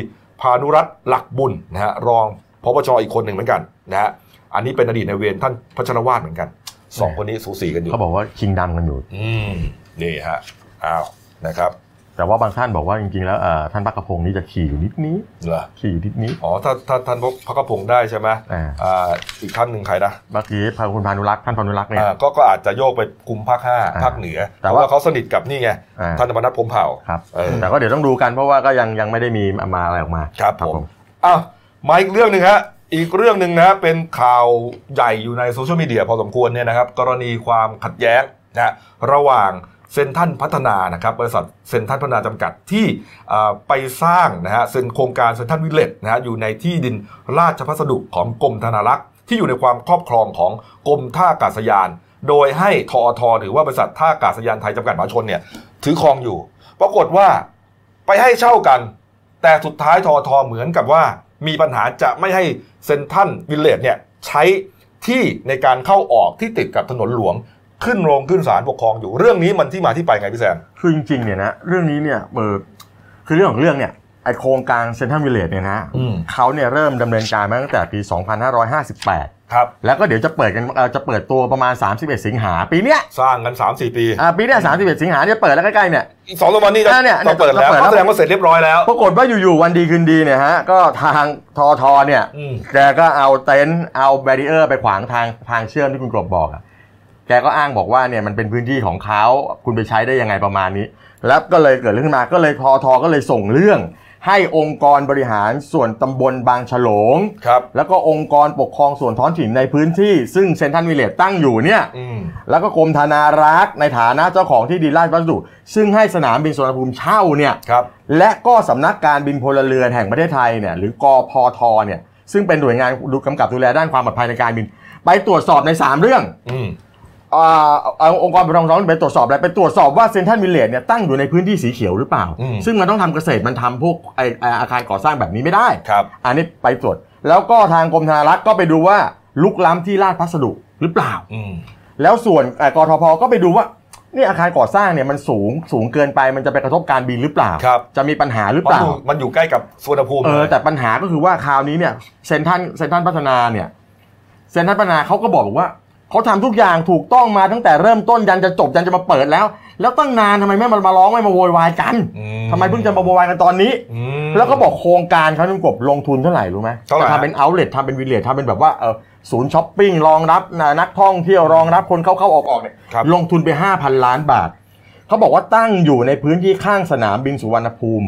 พานุรัตน์หลักบุญนะฮะรองพบชอีกคนหนึ่งเหมือนกันนะฮะอันนี้เป็นอดีตในเวรท่านพัชรวาทเหมือนกันสองคนนี้สูสีกันอยู่ เขาบอกว่าชิงดำกันอยู่ อืมนี่ฮะอ้าวนะครับ แต่ว่าบางท่านบอกว่าจริงๆแล้วเอ่อท่านพักกระพงนี่จะขี่อยู่นิดนี้ เหรอ ขี่อยู่นิดนี้ อ๋อถ้าถ้าท่านพกพระกระพงได้ใช่ไหม อ่า อ่าอีกท่านหนึ่งใครนะ เมื่อกี้พาคุณพานุรักษ์ท่านพานุรักษ์เนี่ย อ่าก็ก็อาจจะโยกไปกลุ่มภาคห้า อ่า ภาคเหนือ แต่ เพ ว่า ราะว่าเขาสนิทกับนี่ไง อ่า ท่านธรรมนัฐพรหมเผ่า ครับ เออ แต่ก็เดี๋ยวต้องดูกันเพราะว่าก็ยังยังไม่ได้มีมาอะไรออกมา ครับผมอ้าวมาอีกเรื่องหนึ่งฮะอีกเรื่องหนึ่งนะฮะเป็นข่าวใหญ่อยู่ในโซเชียลมีเดียพอสมควรเนี่ยนะครับ กรณีความขัดแย้งนะระหว่างเซนทันพัฒนานะครับบริษัทเซนทันพัฒนาจำกัดที่อ่าไปสร้างนะฮะเซนโครงการเซนทันวิลเลจนะฮะอยู่ในที่ดินราชพัสดุของกรมธนารักษ์ ที่อยู่ในความครอบครองของกรมท่าอากาศยาน โดยให้ทอทหรือว่าบริษัทท่าอากาศยานไทยจำกัดมหาชนเนี่ยถือครองอยู่ ปรากฏว่าไปให้เช่ากัน แต่สุดท้ายทอทอเหมือนกับว่ามีปัญหาจะไม่ให้เซนทรันวิลเลจเนี่ยใช้ที่ในการเข้าออกที่ติดกับถนนหลวง ขึ้นโรงขึ้นศาลปกครองอยู่เรื่องนี้มันที่มาที่ไปไงพี่แซม คือจริงๆเนี่ยนะเรื่องนี้เนี่ยเออคือเรื่องของเรื่องเนี่ยไอโครงการเซ็นทรัลวิลเลจเนี่ยนะ อืม เขาเนี่ยเริ่มดำเนินการมาตั้งแต่ปีค2558รับ แล้วก็เดี๋ยวจะเปิดกันเอ่อจะเปิดตัวประมาณ 31 สิงหาปีเนี้ย สร้างกัน 3 4 ปี อ่าปีเนี้ย31 สิงหาเนี่ยเปิดแล้วใกล้ๆเนี่ย อีกสองสามวันนี้จะ อ่าเนี่ย จะเปิดแล้ว จะเปิดแล้ว ก็แสดงว่าเสร็จเรียบร้อยแล้ว ปรากฏว่าอยู่ๆวันดีคืนดีเนี่ยฮะก็ทางทอทอเนี่ย อืม แกก็เอาเต็นท์เอาแบรีเออร์ไปขวางทางทางเชื่อมที่คุณกบบอกอะแกก็อ้างบอกว่าเนี่ยมันเป็นพื้นที่ของเขาคุณไปใช้ได้ยังไงประมาณนี้ แล้วก็เลยเกิดเรื่องขึ้นมาก็เลยทอทอก็เลยส่งเรื่อง ให้องค์กรบริหารส่วนตำบลบางฉลง ครับ แล้วก็องค์กรปกครองส่วนท้องถิ่นในพื้นที่ซึ่งเซนทรันวิลเลจตั้งอยู่เนี่ย อืม แล้วก็กรมธนารักษ์ในฐานะเจ้าของที่ดินราชพัสดุ ซึ่งให้สนามบินสุวรรณภูมิเช่าเนี่ย ครับ และก็สำนักการบินพลเรือนแห่งประเทศไทยเนี่ยหรือกอพอทเนี่ยซึ่งเป็นหน่วยงานดูกำกับดูแลด้านความปลอดภัยในการบิน ไปตรวจสอบใน 3 เรื่อง อืม อาเอาองค์กรปกครองท้องถิ่นไปตรวจสอบอะไรไปตรวจสอบว่าเซนทรัลวิลเลจเนี่ยตั้งอยู่ในพื้นที่สีเขียวหรือเปล่า ซึ่งมันต้องทำเกษตรมันทำพวกไอไอ้อาคารก่อสร้างแบบนี้ไม่ได้ ครับ อันนี้ไปตรวจแล้วก็ทางกรมธนารักษ์ก็ไปดูว่า ลุกล้ำที่ราชพัสดุหรือเปล่า อืม แล้วส่วนเอ่อกทพก็ไปดูว่าเนี่ยอาคารก่อสร้างเนี่ยมันสูงสูงเกินไปมันจะไปกระทบการบินหรือเปล่า ครับ จะมีปัญหาหรือ เพ เป ราะ ล่า อยู่มันอยู่ใกล้กับสุวรรณภูมิ เออ ลย แต่ปัญหาก็คือว่าคราวนี้เนี่ยเซนทันเซนทันพัฒนาเนี่ยเซนทันพัฒนาเขาก็บอกว่าเขาทำทุกอย่างถูกต้องมาตั้งแต่เริ่มต้นยันจะจบยันจะมาเปิดแล้ว แล้วตั้งนานทำไมไม่มาร้องไม่มาโวยวายกัน อืม ทำไมเพิ่งจะมาโวยวายกันตอนนี้ อืม แล้วก็บอกโครงการเขาทุกกบลงทุนเท่าไหร่รู้ไหม เท่าไหร่ จะทำเป็นเอาท์เลททำเป็นวิลเลจทำเป็นแบบว่าเออศูนย์ช้อปปิ้งรองรับนะนักท่องเที่ยวรองรับคนเข้าเข้าๆออกออกๆเนี่ย ครับ ลงทุนไป 5,000 ล้านบาท เขาบอกว่าตั้งอยู่ในพื้นที่ข้างสนามบินสุวรรณภูมิ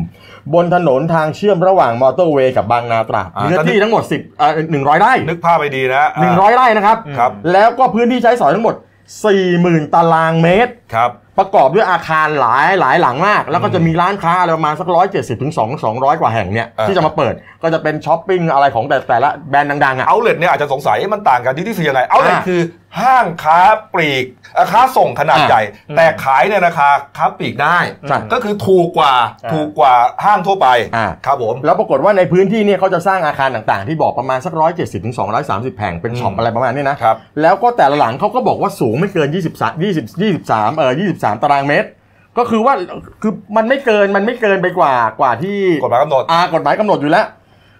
บนถนนทางเชื่อมระหว่างมอเตอร์เวย์กับบางนาตราด อ่า เนื้อที่ทั้งหมด 10เอ่อ100 ไร่ นึกภาพไปดีนะา 100 ไร่นะครับ ครับ แล้วก็พื้นที่ใช้สอยทั้งหมด 40,000 ตารางเมตร ครับ ประกอบด้วยอาคารหลายหลายหลังมาก แล้วก็จะมีร้านค้าอะไรประมาณสักร้อยเจ็ดสิบถึงสองสองร้อยกว่าแห่งเนี่ย อ่า ที่จะมาเปิดก็จะเป็นช้อปปิ้งอะไรของแต่แต่ละแบรนด์ดังๆอ่ะ เอาเลทเนี่ยอาจจะสงสัยเอ๊ะมันต่างกันที่ที่คือยังไงเอาเลท อ่า คือห้างค้าปลีกเอ่อค้าส่งขนาด อ่า ใหญ่ แต่ขายในราคาค้าปลีกได้ ใช่ ก็คือถูกกว่า อ่า ถูกกว่าห้างทั่วไป อ่า ครับผม แล้วปรากฏว่าในพื้นที่เนี่ยเขาจะสร้างอาคารต่างๆ ที่บอกประมาณสักร้อยเจ็ดสิบถึงสองร้อยสามสิบแผงเป็นช็อป อืม อะไรประมาณนี้นะครับ แล้วก็แต่ละหลังเขาก็บอกว่าสูงไม่เกินยี่สิบสามยี่สิบยี่สิบสามเออยี่สิบสามตารางเมตร ก็คือว่าคือมันไม่เกินมันไม่เกินไปกว่ากว่าที่ กฎหมายกำหนด อากฎหมายกำหนดอยู่แล้ว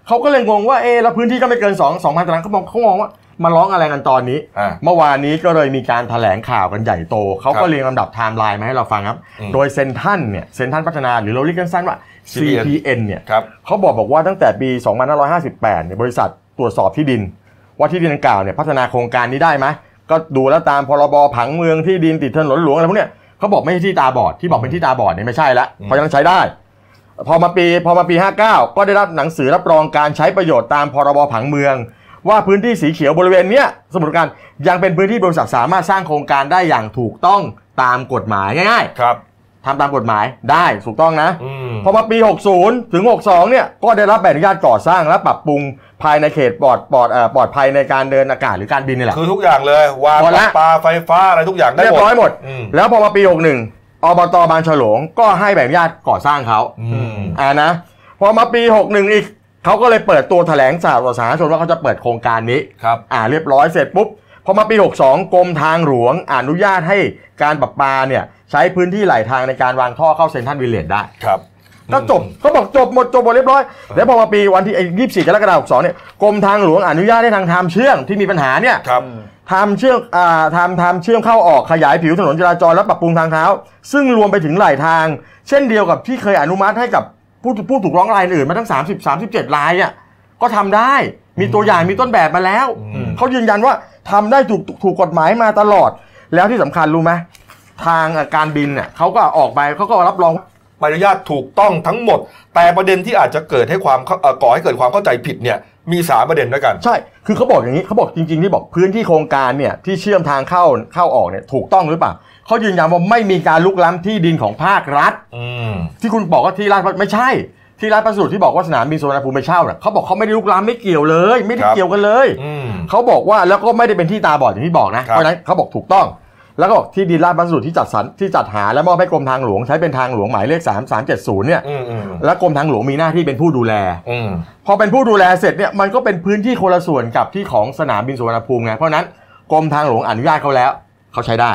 เขาก็เลยงงว่าเออแล้วพื้นที่ก็ไม่เกินสองสองพันตารางเขามองเขามองว่ามาร้องอะไรกันตอนนี้ อ่า เมื่อวานนี้ก็เลยมีการแถลงข่าวกันใหญ่โตเขา ครั ก็ บ เรียงลำดับไทม์ไลน์มาให้เราฟังครับ อืม โดยเซนทรันเนี่ยเซนทรันพัฒนาหรือเราเรียกสั้นๆว่า CPN CPN เนี่ย ครับ เขาบอกบอกว่าตั้งแต่ปี 2558 เนี่ยบริษัทตรวจสอบที่ดิน ว่าที่ดินดังกล่าวเนี่ยพัฒนาโครงการนี้ได้ไหมก็ดูแล้วตามพรบผังเมืองที่ดินติดถนนหลวงอะไรพวกเนี้ยเขาบอกไม่ใช่ที่ตาบอดที่บอกเป็นที่ตาบอดเนี่ยไม่ใช่ละ อืม เพราะฉะนั้นใช้ได้ พอมาปีพอมาปี 59 ก็ได้รับหนังสือรับรองการใช้ประโยชน์ตามพรบผังเมือง ว่าพื้นที่สีเขียวบริเวณเนี้ยสมุทรปราการยังเป็นพื้นที่บริษัทสามารถสร้างโครงการได้อย่างถูกต้องตามกฎหมายง่าย ครับ ๆทำตามกฎหมายได้ถูกต้องนะ อืม พอมาปี 60 ถึง 62 เนี่ย ก็ได้รับใบอนุญาตก่อสร้างและปรับปรุงภายในเขตปลอดปลอดเอ่อปลอดภัยในการเดินอากาศหรือการบินนี่แหละ คือทุกอย่างเลยวาง หมด ป ละ ลาปลาไฟฟ้าอะไรทุกอย่างได้ เรีย หม บ ด ร้อยหมด อืม แล้วพอมาปี 61 อบตบางฉลงก็ให้ใบอนุญาตก่อสร้างเขา อืม อ่านะ พอมาปี 61 อีก เขาก็เลยเปิดตัวแถลงสาธารณชนว่าเขาจะเปิดโครงการนี้ ครับ อ่าเรียบร้อยเสร็จปุ๊บพอมาปี 62 กรมทางหลวงอนุญาตให้การประปาเนี่ยใช้พื้นที่ไหลทางในการวางท่อเข้าเซ็นทรัลวิลเลจได้ ครับ ก็จบก็บอกจบหมดจบหมดเรียบร้อย แล้วพอมาปีวันที่ยี่สี่กรกฎาคมสองเนี่ยกรมทางหลวงอนุญาตให้ทางทามเชื่อมที่มีปัญหาเนี่ย ครับ ทามเชื่อมอ่าทามทามเชื่อมเข้าออกขยายผิวถนนจราจรและปรับปรุงทางเท้า ซึ่งรวมไปถึงหลายทาง เช่นเดียวกับที่เคยอนุมัติให้กับผู้ผู้ถูกร้องรายอื่นมาตั้ง 30 37รายอ่ะก็ทำได้มีตัวอย่างมีต้นแบบมาแล้ว อืม เขายืนยันว่าทำได้ถูกถูกกฎหมายมาตลอด แล้วที่สำคัญรู้ไหมทางอ่ะการบินเน่ยเขาก็ออกไปเขาก็รับรอง ใบอนุญาตถูกต้องทั้งหมด แต่ประเด็นที่อาจจะเกิดให้ความเข้าเอ่อก่อให้เกิดความเข้าใจผิดเนี่ย มีสามประเด็นด้วยกัน ใช่ คือเขาบอกอย่างนี้เขาบอกจริง ๆ ที่บอกพื้นที่โครงการเนี่ยที่เชื่อมทางเข้าเข้าออกเนี่ยถูกต้องหรือเปล่าเขายืนยันว่าไม่มีการลุกล้ำที่ดินของภาครัฐ อืม ที่คุณบอกว่าที่ราชพัสดุไม่ใช่ ที่ราชพัสดุที่บอกว่าสนามบินสุวรรณภูมิไปเช่าเนี่ยเขาบอกเขาไม่ได้ลุกล้ำไม่เกี่ยวเลย ไม่ได้ ครับ เกี่ยวกันเลย อืม เขาบอกว่าแล้วก็ไม่ได้เป็นที่ตาบอดอย่างที่บอกนะ ครับ เพราะฉะนั้นเขาบอกถูกต้อง แล้วก็บอกที่ดินราชพัสดุที่จัดสรรที่จัดหาและมอบให้กรมทางหลวงใช้เป็นทางหลวงหมายเลข3 3 7 0เนี่ย อืมอืม และกรมทางหลวงมีหน้าที่เป็นผู้ดูแล อืม พอเป็นผู้ดูแลเสร็จเนี่ยมันก็เป็นพื้นที่คนละส่วนกับที่ของสนามบินสุวรรณภูมิไงเพราะฉะนั้นกรมทางหลวงอนุญาตเขาแล้ว เขาใช้ได้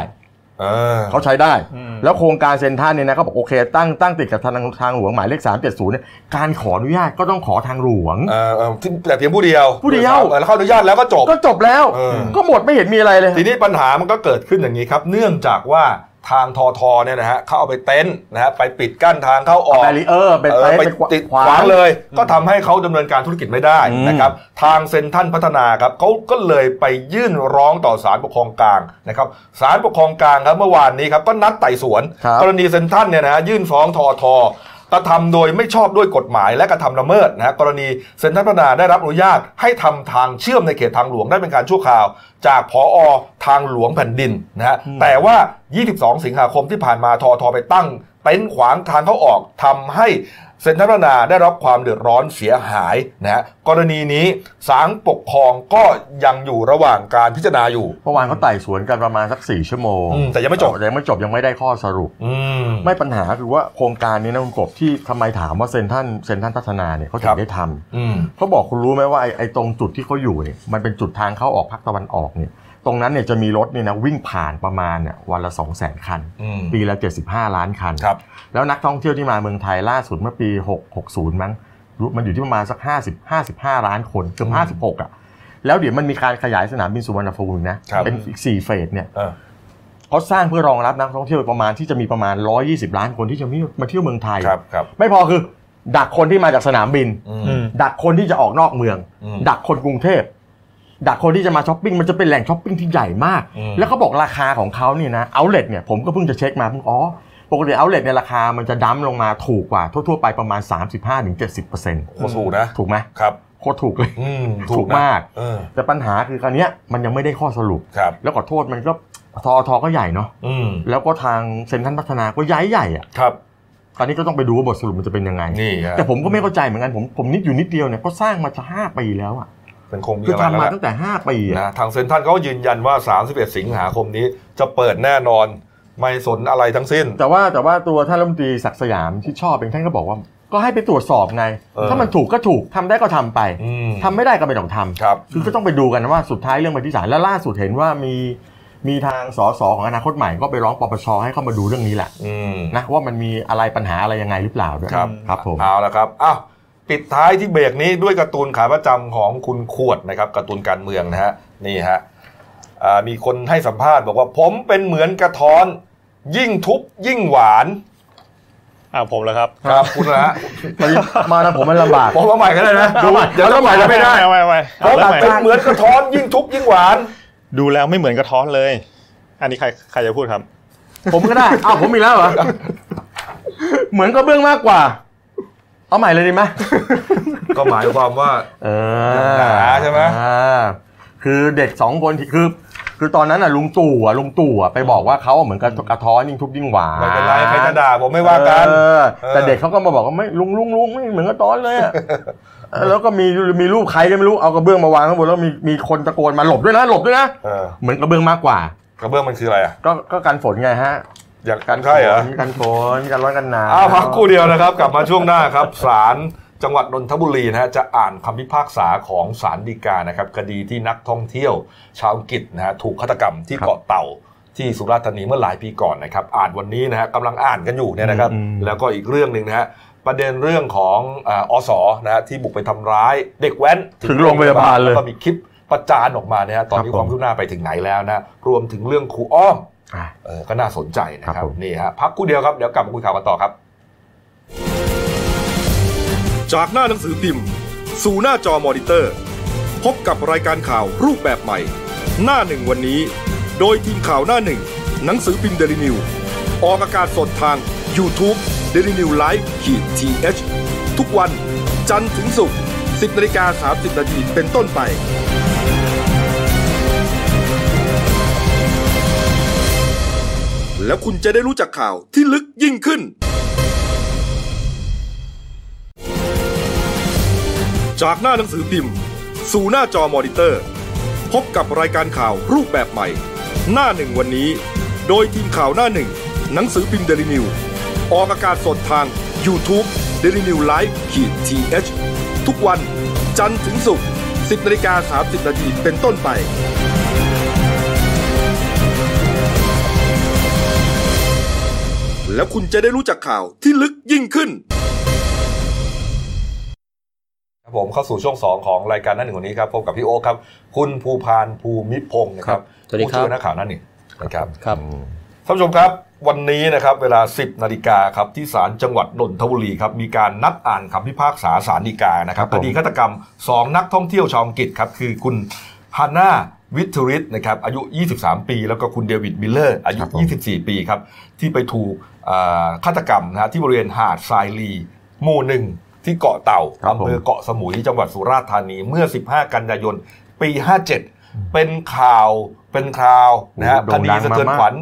เออ เขาใช้ได้ อืม แล้วโครงการเซ็นทรัลเนี่ยนะเขาบอกโอเค ตั้งตั้งติดกับทางทางหลวงหมายเลข 370เนี่ยการขออนุญาตก็ต้องขอทางหลวง เออเออที่แต่เพียงผู้เดียว ผู้เดียว ออแล้วเข้าอนุญาตแล้วก็จบ ก็จบแล้ว เออ ก็หมดไม่เห็นมีอะไรเลย ทีนี้ปัญหามันก็เกิดขึ้นอย่างนี้ครับ เนื่องจากว่าทางทอทอเนี่ยนะฮะเขาเอาไปเต็นท์นะฮะไปปิดกั้นทางเข้าออก แบรีเออร์เป็น เออไป เป็น ติดขวางเลย ก็ทำให้เขาดำเนินการธุรกิจไม่ได้ อืม นะครับทางเซ็นทรันพัฒนาครับเขาก็เลยไปยื่นร้องต่อศาลปกครองกลางนะครับศาลปกครองกลางครับเมื่อวานนี้ครับก็นัดไต่สวน ครับ กรณีเซ็นทรันเนี่ยนะฮะยื่นฟ้องทอทอกระทำโดยไม่ชอบด้วยกฎหมายและกระทำละเมิดนะฮะกรณีเซ็นทรัลพัฒนาได้รับอนุญาตให้ทำทางเชื่อมในเขตทางหลวงได้เป็นการชั่วคราว จากพออทางหลวงแผ่นดินนะฮะแต่ว่า 22 สิงหาคมที่ผ่านมาทอทอไปตั้งเ ต็นท์ขวางทางเข้าออกทำให้เซ็นทรัลพัฒนาได้รับความเดือดร้อนเสียหายนะฮะกรณีนี้ศาลปกครองก็ยังอยู่ระหว่างการพิจารณาอยู่ เมื่อวานเขาไต่สวนกันประมาณสักสี่ชั่วโมง อืมแต่ยังไม่จบ ยังไม่จบยังไม่ได้ข้อสรุป อืม ไม่ปัญหาคือว่าโครงการนี้นะคุณกบที่ทำไมถามว่าเซนทรันเซนทรันพัฒนาเนี่ยเขาถึ ครั ง บ ได้ทำ อืม เขาบอกคุณรู้ไหมว่าไอ้ไอ้ตรงจุดที่เขาอยู่เนี่ยมันเป็นจุดทางเข้าออกภาคตะวันออกเนี่ยตรงนั้นเนี่ยจะมีรถเนี่ยนะวิ่งผ่านประมาณเนี่ยวันละ2 0 0 0 0 คัน อืม ปีละ 75 ล้านคัน ครับ แล้วนักท่องเที่ยวที่มาเมืองไทยล่าสุดเมื่อปี 6 60 มั้งรู้มันอยู่ที่ประมาณสัก 50 55 ล้านคนเกือบ อืม 56อ่ะแล้วเดี๋ยวมันมีการขยายสนามบินสุวรรณภูมินะครับ เป็นอีกสี่เฟสเนี่ย เออ เขาสร้างเพื่อรองรับนักท่องเที่ยวประมาณที่จะมีประมาณ 120 ล้านคนที่จะมีมาเที่ยวเมืองไทย ครับครับ ไม่พอคือดักคนที่มาจากสนามบิน อื อื ม ม ดักคนที่จะออกนอกเมือง อืม ดักคนกรุงเทพ ดักคนที่จะมาช้อปปิ้งมันจะเป็นแหล่งช้อปปิ้งที่ใหญ่มาก อืม แล้วเขาบอกราคาของเขาเนี่ยนะเอาเลทเนี่ยผมก็เพิ่งจะเช็คมาเพิ่งอ๋อปกติเอาเลทเนี่ยราคามันจะดั้มลงมาถูกกว่าทั่วๆไปประมาณ 35-70% โคตรถูกนะ ถูกไหม ครับ โคตรถูกเลย อืม ถูก นะ มาก เออ แต่ปัญหาคือคราวเนี้ยมันยังไม่ได้ข้อสรุป ครับ แล้วขอโทษมันก็ทอทอก็ใหญ่เนาะ อืม แล้วก็ทางเซ็นทรัลพัฒนาก็ย้ายใหญ่อะ ครับ ตอนนี้ก็ต้องไปดูว่าบทสรุปมันจะเป็นยังไง นี่ฮะ แต่ผมก็ไม่เข้าใจเหมือนกัน ผมผมนิดอยู่นิดเดียวเนี่ยก็สร้างมาจะห้าปีแล้วอะ เป็นคงมี คือ อะไร ทำ แล้ มาว ตั้งแต่ห้าปีอะ นะทางเซ็นทรัลเขายืนยันว่า 31 สิงหาคมนี้จะเปิดแน่นอน ไม่สนอะไรทั้งสิ้น แต่ว่าแต่ว่าตัวท่านรัฐมนตรีศักดิ์สยามที่ชอบเองท่านก็บอกว่า ก็ให้ไปตรวจสอบไง เออ ถ้ามันถูกก็ถูกทำได้ก็ทำไป อืม ทำไม่ได้ก็ไม่ต้องทำ ครับ คือก็ต้องไปดูกันว่าสุดท้ายเรื่องไปที่ศาลแล้วล่าสุดเห็นว่ามีมีทางสสของอนาคตใหม่ก็ไปร้องปปชให้เข้ามาดูเรื่องนี้แหละ อืม นะว่ามันมีอะไรปัญหาอะไรยังไงหรือเปล่าด้วย ครับ ครับผม เอาละครับอ้าวปิดท้ายที่เบรกนี้ด้วยการ์ตูนขาประจำของคุณขวดนะครับการ์ตูนการเมืองนะฮะนี่ฮะอ่ามีคนให้สัมภาษณ์บอกว่าผมเป็นเหมือนกระท้อน ยิ่งทุบยิ่งหวาน อ่าผมแล้วครับ ครับคุณนะฮะ ตอนนี้มานะผมมันลำบาก ผมเอาใหม่ก็ได้นะ เอาใหม่ เดี๋ยว เอา เอา ให ให ม่ ม่จะไม่ได้ ไม่ไม่ ผ เอา ม เรื่องใหม่ เป็นเหมือนกระท้อนยิ่งทุบยิ่งหวาน ดูแล้วไม่เหมือนกระท้อนเลย อันนี้ใครใครจะพูดครับ ผมก็ได้ [LAUGHS] อ้าวผมอีกแล้วเหรอ เหมือนกระเบื้องมากกว่า เอาใหม่เลยดี [LAUGHS] ไหม ก็หมายความว่า เอ ยังหนาใช่ไหม อ่าคือเด็กสองคนที่คือ คือตอนนั้นน่ะลุงตู่อ่ะลุงตู่อ่ะไปบอกว่าเขาเหมือนกระกระท้อนยิ่งทุบยิ่งหวาน ไม่เป็นไรใครจะด่าผมไม่ว่ากัน เออ เออ แต่เด็กเขาก็มาบอกว่าไม่ลุงลุงลุงไม่เหมือนกระท้อนเลย [LAUGHS] อะเออแล้วก็มีมีรูปใครก็ไม่รู้เอากระเบื้องมาวางข้างบนแล้วมีมีคนตะโกนมาหลบด้วยนะหลบด้วยนะ เออ เหมือนกระเบื้องมากกว่า กระเบื้องมันคืออะไรอ่ะ ก็ก็กันฝนไงฮะ อยากกันใช่เหรอ กันฝนกันร้อนกันหนาว อ้าวพักครู่เดียวนะครับ กลับมาช่วงหน้าครับศาลจังหวัดนนทบุรีนะฮะจะอ่านคำพิพากษาของศาลฎีกานะครับคดีที่นักท่องเที่ยว ชาวอังกฤษนะฮะถูกฆาตกรรมที่เกาะเต่าที่สุราษฎร์ธานีเมื่อหลายปีก่อนนะครับ อ่านวันนี้นะฮะกำลังอ่านกันอยู่เนี่ยนะครับ อืม แล้วก็อีกเรื่องหนึ่งนะฮะประเด็นเรื่องของอ่าอสนะฮะที่บุกไปทำร้ายเด็กแว้น ถึงโรงพยาบาลเลย แวก็มีคลิปประจานออกมาเนี่ยฮะตอนนี้ ครับ ค ผม วามคืบหน้าไปถึงไหนแล้วนะ รวมถึงเรื่องครูอ้อม อ่ะ เออก็น่าสนใจนะค ครั รับบ ผม นี่ฮะพักครู่เดียวครับ เดี๋ยวกลับมาคุยข่าวกันต่อครับ จากหน้าหนังสือพิมพ์ สู่หน้าจอมอนิเตอร์ พบกับรายการข่าวรูปแบบใหม่ หน้าหนึ่งวันนี้ โดยทีมข่าวหน้าหนึ่ง หนังสือพิมพ์เดลิวิวออกอากาศสดทาง y o u t u เด d ิวิวไลฟ์ขีดทีเทุกวันจันทร์ถึงศุกร์10นาฬิกา30นาทีเป็นต้นไป แล้วคุณจะได้รู้จักข่าวที่ลึกยิ่งขึ้น จากหน้าหนังสือพิมพ์ สู่หน้าจอมอนิเตอร์ พบกับรายการข่าวรูปแบบใหม่ หน้าหนึ่งวันนี้ โดยทีมข่าวหน้าหนึ่ง หนังสือพิมพ์เดลิวิวออกอากาศสดทาง y o u t u เด d ิวิวไลฟ์ขีดทีเทุกวันจันทร์ถึงศุกร์10นาฬิกา30นาทีเป็นต้นไป แล้วคุณจะได้รู้จักข่าวที่ลึกยิ่งขึ้น ครับผมเข้าสู่ช่วง 2 ของรายการหนั่นหนึ่งวันนี้ครับพบกับพี่โอ๊คครับ คุณภูพานภูมิพงศ์นะครับ ครับสวัสดีครับ ผู้ช่วยนักข่าวหนั่นนี่นะครับ ครับ ท่านผู้ชมครับ วันนี้นะครับเวลา 10นาฬิกาครับที่ศาลจังหวัดนนทบุรีครับมีการนัดอ่านคำพิพากษาศาลฎีกานะครับ ครับ ค ผม ดีฆาตกรรมสองนักท่องเที่ยวชาวอังกฤษครับคือคุณฮาน่าวิทริตนะครับอายุ 23 ปี แล้วก็คุณเดวิดมิลเลอร์อายุ ครับผม 24 ปีครับ ที่ไปถูกอ่าฆาตกรรมนะฮะที่บริเวณหาดทรายลีหมู่หนึ่งที่เกาะเต่า ครับผอำมเภอเกาะสมุยจังหวัดสุราษฎร์ธานีเมื่อ 15 กันยายน ปี 57 เป็นข่าวเป็นข่าวนะฮะ โอ้ คดีโด่งดัง สะเทือน มากๆ ขวัญ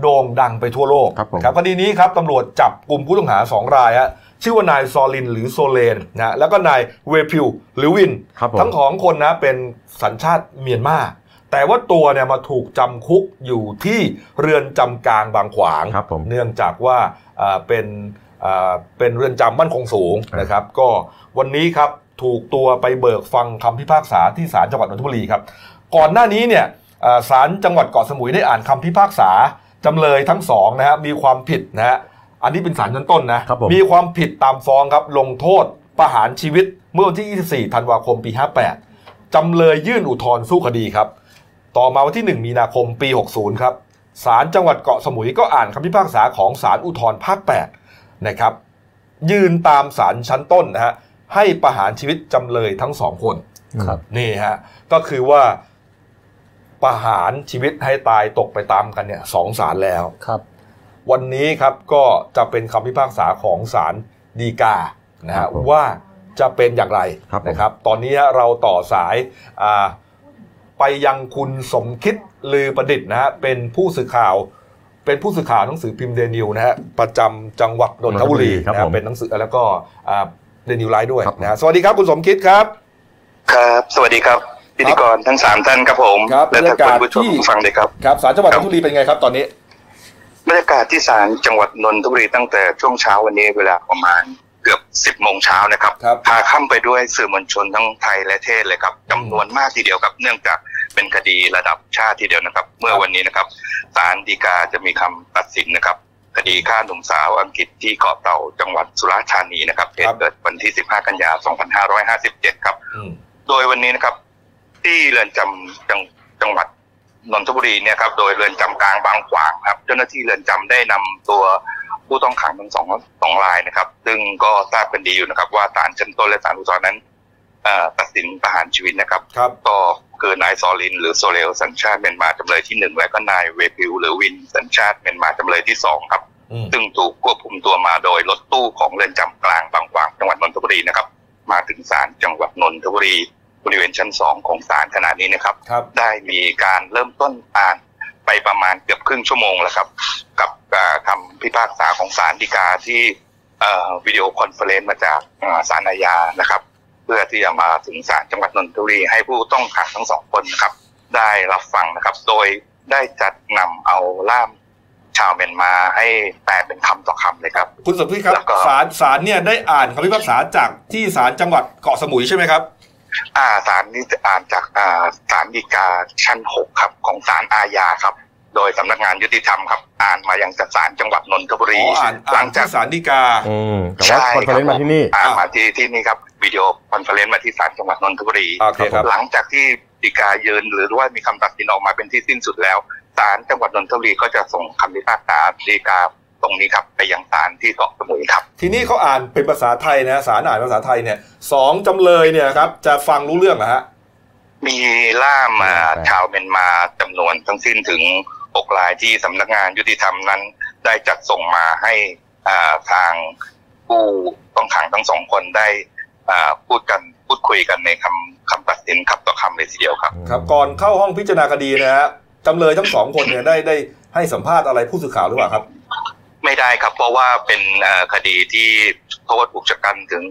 โด่งดังไปทั่วโลก ครับผม ครับคดีนี้ครับตำรวจจับกลุ่มผู้ต้องหา 2 รายฮะชื่อว่านายซอลินหรือโซเลนนะฮะแล้วก็นายเวพิวหรือวิน ครับผม ทั้งสองคนนะเป็นสัญชาติเมียนมาแต่ว่าตัวเนี่ยมาถูกจำคุกอยู่ที่เรือนจำกลางบางขวาง ครับผม เนื่องจากว่าอ่าเป็นอ่าเป็นเรือนจำมั่นคงสูง ครับ นะครับ ก็วันนี้ครับถูกตัวไปเบิกฟังคำพิพากษาที่ศาลจังหวัดนนทบุรีครับ ก่อนหน้านี้เนี่ยอ่าศาลจังหวัดเกาะสมุยได้อ่านคำพิพากษาจำเลยทั้งสองนะฮะมีความผิดนะฮะอันนี้เป็นศาลชั้นต้นนะครับ ผม มีความผิดตามฟ้องครับลงโทษประหารชีวิตเมื่อวันที่ 24 ธันวาคมปี 58 จำเลยยื่นอุทธรณ์สู้คดีครับ ต่อมาวันที่ 1 มีนาคมปี 60 ครับ ศาลจังหวัดเกาะสมุยก็อ่านคำพิพากษาของศาลอุทธรภาค 8 นะครับ ยืนตามศาลชั้นต้นนะฮะ ให้ประหารชีวิตจำเลยทั้งสองคน ครับ นี่ฮะ ก็คือว่าประหารชีวิตให้ตายตกไปตามกันเนี่ยสองศาลแล้ว ครับ วันนี้ครับก็จะเป็นคำพิพากษาของศาลฎีกานะ ครั ฮะ บผม ว่าจะเป็นอย่างไร ครับผม นะครับ ตอนนี้เราต่อสายอ่าไปยังคุณสมคิดลือประดิษฐ์นะฮะเป็นผู้สื่อข่าว เป็นผู้สื่อข่าวหนังสือพิมพ์เดนิวนะฮะประจำจังหวัดนนทบุรี ครับ นะฮะ ผม เป็นหนังสือแล้วก็เดนิวไลน์ด้วย ครับผม นะฮะสวัสดีครับคุณสมคิดครับ ครับ สวัสดีครับพิธีกรทั้งสามท่านครับผม ครับ และท่าน บรรยากาศ ผู้ชม ที่ ผู้ฟังด้วยครับ ครับศาลจังหวัดน ครั น บ ทบุรีเป็นไงครับตอนนี้ บรรยากาศที่ศาลจังหวัดนนทบุรีตั้งแต่ช่วงเช้าวันนี้เวลาประมาณเกือบสิบโมงเช้านะครับ ครับ พาค่ำไปด้วยสื่อมวลชนทั้งไทยและเทศเลยครับจำนวนมากทีเดียวครับ เนื่องจากเป็นคดีระดับชาติทีเดียวนะครับ เมื่อวันนี้นะครับศาลฎีกาจะมีคำตัดสินนะครับ คดีฆ่าหนุ่มสาวอังกฤษที่เกาะเต่าจังหวัดสุราษฎร์ธานีนะครับเห ครั ตุ บ เกิดวันที่ 15 กันยายน2557ครับ อืม โดยวันนี้นะครับ ที่เรือนจำจังจังหวัดนนทบุรีเนี่ยครับ โดยเรือนจำกลางบางขวางครับ เจ้าหน้าที่เรือนจำได้นำตัวผู้ต้องขังทั้งสองสองรายนะครับ ซึ่งก็ทราบกันดีอยู่นะครับ ว่าศาลชั้นต้นและศาลอุทธรณ์นั้นเอ่อตัดสินประหารชีวิตนะครับ ครับ ก็คือนายซอลิน หรือโซเลลสัญชาติเมียนมาจำเลยที่หนึ่งและก็นายเวพิวหรือวินสัญชาติเมียนมาจำเลยที่สองครับ อืม ซึ่งถูกควบคุมตัวมาโดยรถตู้ของเรือนจำกลางบางขวางจังหวัดนนทบุรีนะครับ มาถึงศาลจังหวัดนนทบุรี บริเวณชั้นสองของศาลขณะนี้นะครับ ครับ ได้มีการเริ่มต้นอ่านไปประมาณเกือบครึ่งชั่วโมงแล้วครับ กับอ่าคำพิพากษาของศาลฎีกาที่เอ่อวิดีโอคอนเฟอเรนซ์มาจากอ่าศาลอาญานะครับ เพื่อที่จะมาถึงศาลจังหวัดนนทบุรีให้ผู้ต้องขังทั้งสองคนนะครับ ได้รับฟังนะครับ โดยได้จัดนำเอาล่ามชาวเมียนมาให้แปลเป็นคำต่อคำเลยครับ คุณสมคิดครับ แล้วก็ ศาลศาลเนี่ยได้อ่านคำพิพากษาจากที่ศาลจังหวัดเกาะสมุยใช่ไหมครับ อ่าศาลนี้จะอ่านจากอ่าศาลฎีกาชั้นหกครับ ของศาลอาญาครับ โดยสำนักงานยุติธรรมครับ อ่านมายังจากศาลจังหวัดนนทบุ อ๋ รี ออ่าน ห อ่า ลั น ง จา จาก ก สารดีกา อืมแต่ว่าคอนเฟอเรนซ์มาที่นี่ อ่านมาที่ที่นี่ครับวิดีโอคอนเฟอเรนซ์มาที่ศาลจังหวัดนนทบุรี โอเคครับ หลังจากที่ฎีกายืนหรือว่ามีคำตัดสินออกมาเป็นที่สิ้นสุดแล้วศาลจังหวัดนนทบุรีก็จะส่งคำพิพากษาฎีกาตรงนี้ครับ ไปยังศาลที่เกาะสมุยครับ ทีนี้เขาอ่านเป็นภาษาไทยนะฮะศาลอ่านภาษาไทยเนี่ยสองจำเลยเนี่ยครับจะฟังรู้เรื่องเหรอฮะ มีล่ามอ่า แปด ชาวเมียนมาจำนวนทั้งสิ้นถึง 6 รายที่สำนักงานยุติธรรมนั้น ได้จัดส่งมาให้อ่าทางผู้ต้องขังทั้งสองคนได้อ่าพูดกันพูดคุยกันในคำคำตัดสินครับต่อคำเลยทีเดียวครับ ครับ ก่อนเข้าห้องพิจารณาคดีนะฮะจำเลยทั้งสองคนเนี่ยได้ได้ให้สัมภาษณ์อะไรผู้สื่อข่าวหรือเปล่าครับ ไม่ได้ครับ เพราะว่าเป็นเอ่อคดีที่โทษอุกชะกันถึง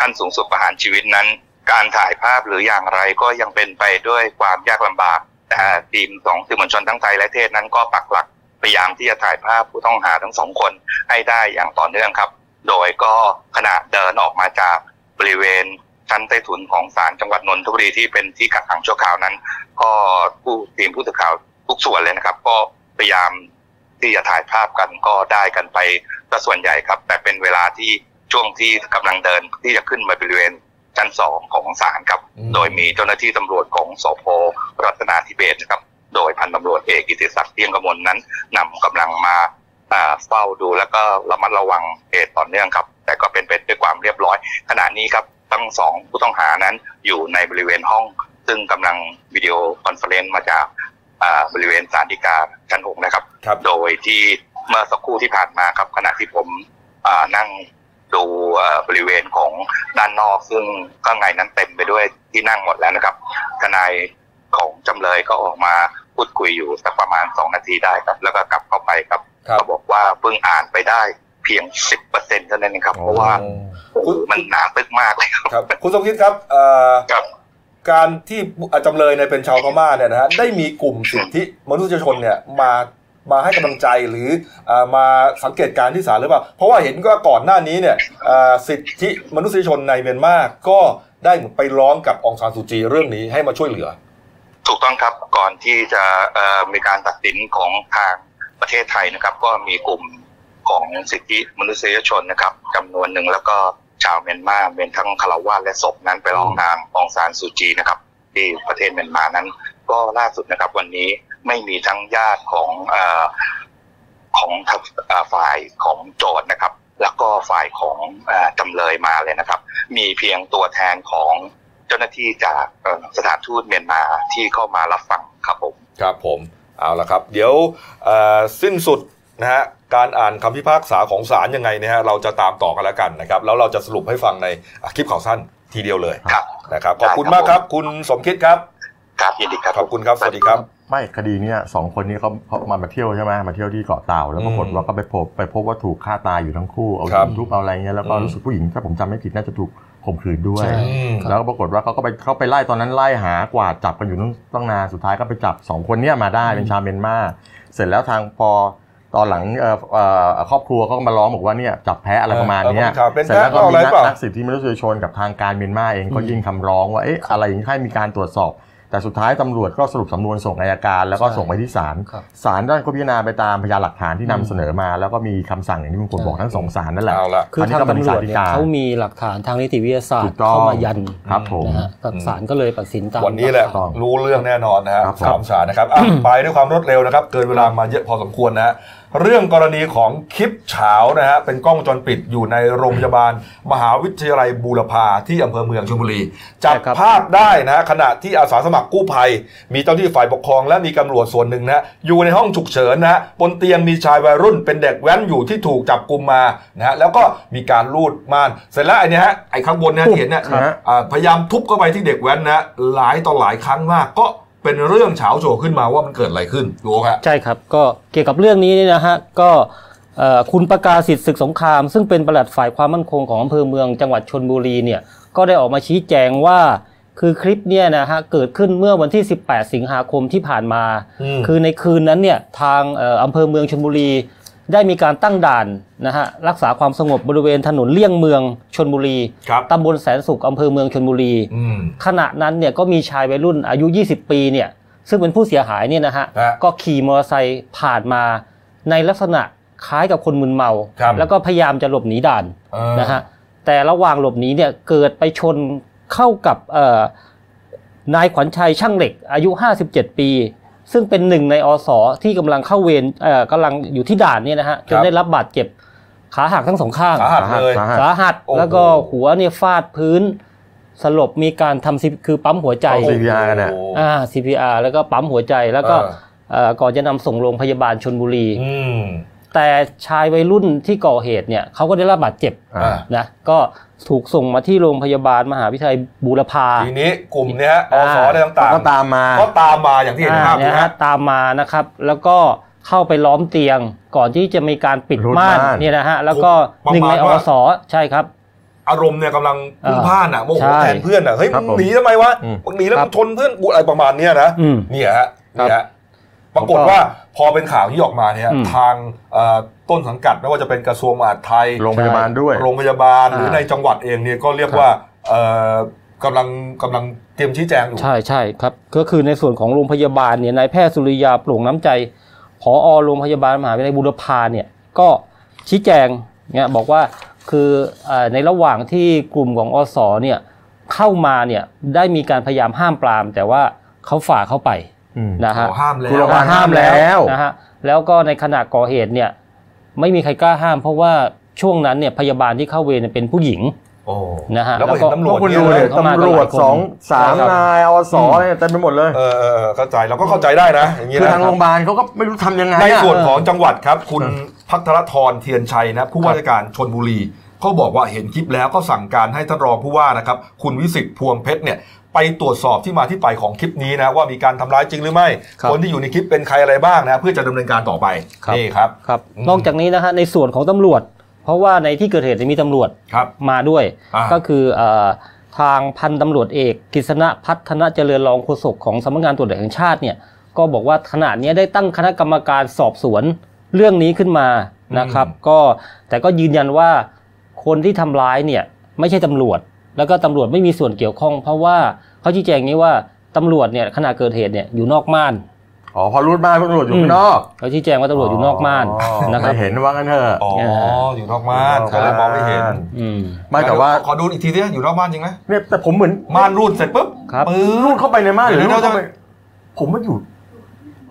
ขั้นสูงสุดประหารชีวิตนั้น การถ่ายภาพหรืออย่างไรก็ยังเป็นไปด้วยความยากลำบากแต่ทีมของสื่อมวลชนทั้งไทยและเทศนั้นก็ปักหลักพยายามที่จะถ่ายภาพผู้ต้องหาทั้งสองคนให้ได้อย่างต่อเนื่องครับ โดยก็ขณะเดินออกมาจากบริเวณชั้นใต้ถุนของศาลจังหวัดนนทบุรีที่เป็นที่กักขังชั่วคราวนั้น ก็ผู้ทีมผู้สื่อข่าวทุกส่วนเลยนะครับ ก็พยายามที่จะถ่ายภาพกันก็ได้กันไปซะส่วนใหญ่ครับ แต่เป็นเวลาที่ช่วงที่กำลังเดินที่จะขึ้นมาบริเวณชั้นสองของศาลครับ อืม โดยมีเจ้าหน้าที่ตำรวจของสพรัตนาธิเบศนะครับ โดยพันตำรวจเอกกิติศักดิ์เที่ยงกมลนั้นนำกำลังมาอ่าเฝ้าดูแล้วก็ระมัดระวังเหตุต่อเนื่องครับ แต่ก็เป็นไปด้วยความเรียบร้อย ขณะนี้ครับทั้งสองผู้ต้องหานั้นอยู่ในบริเวณห้อง ซึ่งกำลังวิดีโอคอนเฟอเรนซ์มาจากอ่าบริเวณศาลฎีกาชั้นหกนะครับ ครับ โดยที่เมื่อสักครู่ที่ผ่านมาครับขณะที่ผมอ่านั่งดูเอ่อบริเวณของด้านนอก ซึ่งข้างในนั้นเต็มไปด้วยที่นั่งหมดแล้วนะครับทนายของจำเลยก็ออกมาพูด พูดคุยอยู่สักประมาณสองนาทีได้ครับ แล้วก็กลับเข้าไปครับ ครับ ก็บอกว่าเพิ่งอ่านไปได้เพียงสิบเปอร์เซ็นเท่านั้นเองครับ เพราะว่า คุณ มันหนาตึกมากเลยครับ ครับคุณสมคิดครับเอ่อ ครับ การที่จำเลยเนี่ยเป็นชาวพม่าเนี่ยนะฮะได้มีกลุ่มสิทธิมนุษยชนเนี่ยมามาให้กำลังใจหรือเอ่อมาสังเกตการณ์ที่ศาลหรือเปล่า เพราะว่าเห็นก็ก่อนหน้านี้เนี่ยเอ่อสิทธิมนุษยชนในเมียนมาก็ได้เหมือนไปร้องกับองซานสุจีเรื่องนี้ให้มาช่วยเหลือ ถูกต้องครับก่อนที่จะเอ่อมีการตัดสินของทางประเทศไทยนะครับ ก็มีกลุ่มของสิทธิมนุษยชนนะครับจำนวนหนึ่งแล้วก็ชาวเมียนมาเป็นทั้งคารวาสและศพนั้นไปร้องนางองซานสุจีนะครับ ที่ประเทศเมียนมานั้น ก็ล่าสุดนะครับวันนี้ไม่มีทั้งญาติของเอ่อของทางเอ่อฝ่ายของโจทย์นะครับ แล้วก็ฝ่ายของเอ่อจำเลยมาเลยนะครับ มีเพียงตัวแทนของ เจ้าหน้าที่จากเอ่อสถานทูตเมียนมาที่เข้ามารับฟังครับผม ครับผมเอาละครับเดี๋ยวเอ่อสิ้นสุดนะฮะการอ่านคำพิพากษาของศาลยังไงเนี่ยฮะเราจะตามต่อกันแล้วกันนะครับแล้วเราจะสรุปให้ฟังในอ่ะคลิปข่าวสั้นทีเดียวเลย ครับ นะครับข ได้ อบ ครับ คุณมากครับคุณสมคิดครับ ครับยินดีครับ ขอบคุณครับสวัสดีครับ ไม่คดีเนี้ยสองคนนี้เขาเขามามาเที่ยวใช่ไหมมาเที่ยวที่เกาะเต่าแล้วปรากฏว่าก็ไปพบไปพบว่าถูกฆ่าตายอยู่ทั้งคู่เอา ครับ หินทุบเอาอะไรเงี้ยแล้วก็ อืม รู้สึกผู้หญิงถ้าผมจำไม่ผิดน่าจะถูกข่มขืนด้วย ใช่ อืม แล้วก็ปรากฏว่าเขาก็ไปเขาไปไล่ตอนนั้นไล่หากวาดจับกันอยู่ตั้งตั้งนานสุดท้ายก็ไปจับสองคนเนี่ยมาได้เป็นชาวเมียนมาเสร็จแล้วทางปอตอนหลังเอ่อเอ่อครอบครัวก็มาร้องบอกว่าเนี่ยจับแพ้อะไรประมาณเนี้ย เออเขามีข่าวเป็น เสร็จแล้วก็ แพ้เอา มี อะไร นัก เปล่า นักสิทธิมนุษยชนกับทางการเมียนมาเองก็ยื่นคำร้องว่าเอ๊ะอะไรอย่างนี้ให้มีการตรวจสอบ แต่สุดท้ายตำรวจก็สรุปสำนวนส่งอายการแล้วก็ ใช่ ส่งไปที่ศาล ครับ ศาลด้านก็พิจารณาไปตามพยานหลักฐานที่นำ อืม เสนอมา แล้วก็มีคำสั่งอย่างที่คุณกบบอกทั้งสองศาลนั่นแหละ เอาละ คืออน นี้ ทาง ก็เป็น ตำรวจ สาธิ เนี่ย กา เขามีหลักฐานทางนิติวิทยาศาสต ถู ร์ กต้อง เข้ามายัน ครับผม นะฮะกับ อืม ศาลก็เลยตัดสินตาม วันนี้แหละ กฐา รู้เรื่องแน่นอนนะฮะ ครับผม สามสารนะครับอ่ะไปด้วยความรวดเร็วนะครับ เกินเวลามาเยอะพอสมควรนะฮะเรื่องกรณีของคลิปเฉานะฮะเป็นกล้องวงจรปิดอยู่ในโรงพยาบาล มหาวิทยาลัยบูรพาที่อำเภอเมืองชลบุรี จับ ใช่ครับ ภาพได้นะฮะขณะที่อาสาสมัครกู้ภัย มีเจ้าหน้าที่ฝ่ายปกครองและมีตำรวจส่วนหนึ่งนะฮะอยู่ในห้องฉุกเฉินนะฮะบนเตียงมีชายวัยรุ่น เป็นเด็กแว้นอยู่ที่ถูกจับกลุมมานะฮะแล้วก็มีการลูดม่านเสร็จแล้วไอ้เนี่ยฮะไอ้ข้างบนเนี่ยที่เห็นเนี่ย ครับ อ่าพยายามทุบเข้าไปที่เด็กแว้นนะ หลายต่อหลายครั้งมาก ก็เป็นเรื่องเฉาโฉขึ้นมาว่ามันเกิดอะไรขึ้นดูครับ ใช่ครับ ก็เกี่ยวกับเรื่องนี้เนี่ยนะฮะก็เอ่อคุณประกาศสิทธิ์ศึกสงคราม ซึ่งเป็นปลัดฝ่ายความมั่นคงของอำเภอเมืองจังหวัดชนบุรีเนี่ยก็ได้ออกมาชี้แจงว่า คือคลิปเนี่ยนะฮะเกิดขึ้นเมื่อวันที่ 18 สิงหาคมที่ผ่านมา อืม คือในคืนนั้นเนี่ยทางเอ่ออำเภอเมืองชนบุรี ได้มีการตั้งด่านนะฮะรักษาความสงบบริเวณถนนเลี่ยงเมืองชนบุรี ครับ ตำบลแสนสุขอำเภอเมืองชนบุรี อืม ขณะนั้นเนี่ยก็มีชายวัยรุ่นอายุ 20 ปีเนี่ยซึ่งเป็นผู้เสียหายเนี่ยนะฮะ ฮะ ก็ขี่มอเตอร์ไซค์ผ่านมาในลักษณะคล้ายกับคนมึนเมา ครับ แล้วก็พยายามจะหลบหนีด่าน เออ นะฮะแต่ระหว่างหลบหนีเนี่ยเกิดไปชนเข้ากับเอ่อนายขวัญชัยช่างเหล็กอายุ 57 ปี ซึ่งเป็นหนึ่งในอสที่กำลังเข้าเวรเอ่อกำลังอยู่ที่ด่านเนี่ยนะฮะจนได้รับบาดเจ็บขาหักทั้งสองข้าง สาหัสเลย สาหัส สาหัส โอ้โห แล้วก็หัวเนี่ยฟาดพื้น สลบมีการทำ CP- คือปั๊มหัวใจ ปั๊ม CPR กันน่ะ อ่า CPR แล้วก็ปั๊มหัวใจแล้วก็ อ่า เอ่อก่อนจะนำส่งโรงพยาบาลชนบุรี อืม แต่ชายวัยรุ่นที่ก่อเหตุเนี่ยเขาก็ได้รับบาดเจ็บ อ่า นะก็ถูกส่งมาที่โรงพยาบาลมหาวิทยาลัยบูรพา ทีนี้กลุ่มเนี้ยฮะอ อ่า สอะไรต่าง ก็ตามมา ๆก็ตามมาอย่างที่เห็น อ่า ภาพ เนี่ย นะ ฮะ ฮะ ตามมานะครับ แล้วก็เข้าไปล้อมเตียงก่อนที่จะมีการปิด รูด ม่าน ม่าน เนี่ยนะฮะแล้วก็หนึ่งใน ประ อ มาณว่า สใช่ครับ อารมณ์เนี่ยกำลังพลุ่งพล่านอ่ะโมโห ใช่ แทนเพื่อนอ่ะเฮ้ย ครั มึ บ ง ผม หนีทำไมวะ อืม มึงหนีแล้ว ครั มึ บ งชนเพื่อนกูอะไรประมาณเนี้ยนะ อืม เนี่ยฮะ ครับ เนี่ยฮะปรากฏว่าพอเป็นข่าวที่ออกมาเนี่ย อืม ทางเอ่อต้นสังกัดไม่ว่าจะเป็นกระทรวงมหาดไทย โรงพยาบาลด้วย โรงพยาบาลหรือ อ่า ในจังหวัดเองเนี่ยก็เรียกว่าเอ่อกำลังกำลังเตรียมชี้แจงอยู่ ใช่ใช่ครับ ก็คือในส่วนของโรงพยาบาลเนี่ยนายแพทย์สุริยาโปร่งน้ำใจผอโรงพยาบาลมหาวิทยาลัยบูรพาเนี่ยก็ชี้แจงเนี่ยบอกว่าคือเอ่อในระหว่างที่กลุ่มของอสเนี่ยเข้ามาเนี่ยได้มีการพยายามห้ามปราม แต่ว่าเขาฝ่าเข้าไป อืม นะฮะ โอ้ห้ามแล้ คุณ ว ระวัง ห้ามแล้ว นะฮะแล้วก็ในขณะก่อเหตุเนี่ยไม่มีใครกล้าห้าม เพราะว่าช่วงนั้นเนี่ยพยาบาลที่เข้าเวรเนี่ยเป็นผู้หญิง โอ้ นะฮะ แล้วก็เห็น แล้วก็ ตำรวก็จ คุณ เนี่ย ดู นะ เนี่ย เข้ามา ตำรวจ หลายคน สองสาม ใช่ครับ นายอสอะไรเนี่ยเต็มไปหมดเลย เออเออเออเข้าใจเราก็เข้าใจได้นะอย่างนี้ คือ นะ ทางโรงพยาบาลเขาก็ไม่รู้ทำยังไงอะ ในส่วนของจังหวัดครับ คุณพัทรธรเทียนชัยนะผู้ว่าราชการชนบุรี เขาบอกว่าเห็นคลิปแล้วก็สั่งการให้ท่านรองผู้ว่านะครับ คุณวิสิทธิ์พวงเพชรเนี่ยไปตรวจสอบที่มาที่ไปของคลิปนี้นะว่ามีการทำร้ายจริงหรือไม่ ครับ คนที่อยู่ในคลิปเป็นใครอะไรบ้างนะเพื่อจะดำเนินการต่อไป ครับ นี่ครับ ครับ อืม นอกจากนี้นะฮะในส่วนของตำรวจ เพราะว่าในที่เกิดเหตุเนี่ยมีตำรวจ ครับ มาด้วย อ่า ก็คือเอ่อทางพันตำรวจเอกกฤษณะพัฒนเจริญรองโฆษกของสำนักงานตำรวจแห่งชาติเนี่ยก็บอกว่าขณะเนี้ยได้ตั้งคณะกรรมการสอบสวนเรื่องนี้ขึ้นมานะครับ ก็แต่ก็ยืนยันว่าคนที่ทำร้ายเนี่ยไม่ใช่ตำรวจ แล้วก็ตำรวจไม่มีส่วนเกี่ยวข้อง เพราะว่าเขาชี้แจงอย่างนี้ว่าตำรวจเนี่ยขณะเกิดเหตุเนี่ยอยู่นอกม่าน อ๋อพอรูดมาพวกตำรวจอยู่ อืม ข้างนอก เขาชี้แจงว่าตำรวจอยู่นอกม่าน อ๋อ นะครับ ไม่เห็นว่างั้นเถอะ อ๋ออยู่นอกม่าน อยู่นอก ก็เลยม่านมองไม่เห็น อืม ไม่แต่ว่า ขอดูอีกทีดิอยู่นอกม่านจริงไหม เนี่ยแต่ผมเหมือน ม่านรูดเสร็จปุ๊บ ครับ ปื๊ รู ด ดเข้าไปในม่านหรือ เดี๋ยรูว ดเข้าไป เดี๋ยว ผมไม่อยู่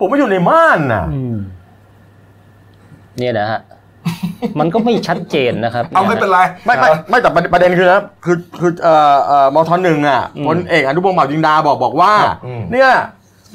ผมไม่อยู่ในม่านน่ะ เนี่ยนะฮ [LAUGHS] ะ มันก็ไม่ชัดเจนนะครับ เอาไม่เป็นไร ไม่ไม่ไม่แต่ประเด็นประเด็นคือนะคือคือเอ่อเอ่อมทหนึ่งอ่ะพลเอกอนุพงศ์เผ่าจินดาบอกบอกว่า อืม เนี่ย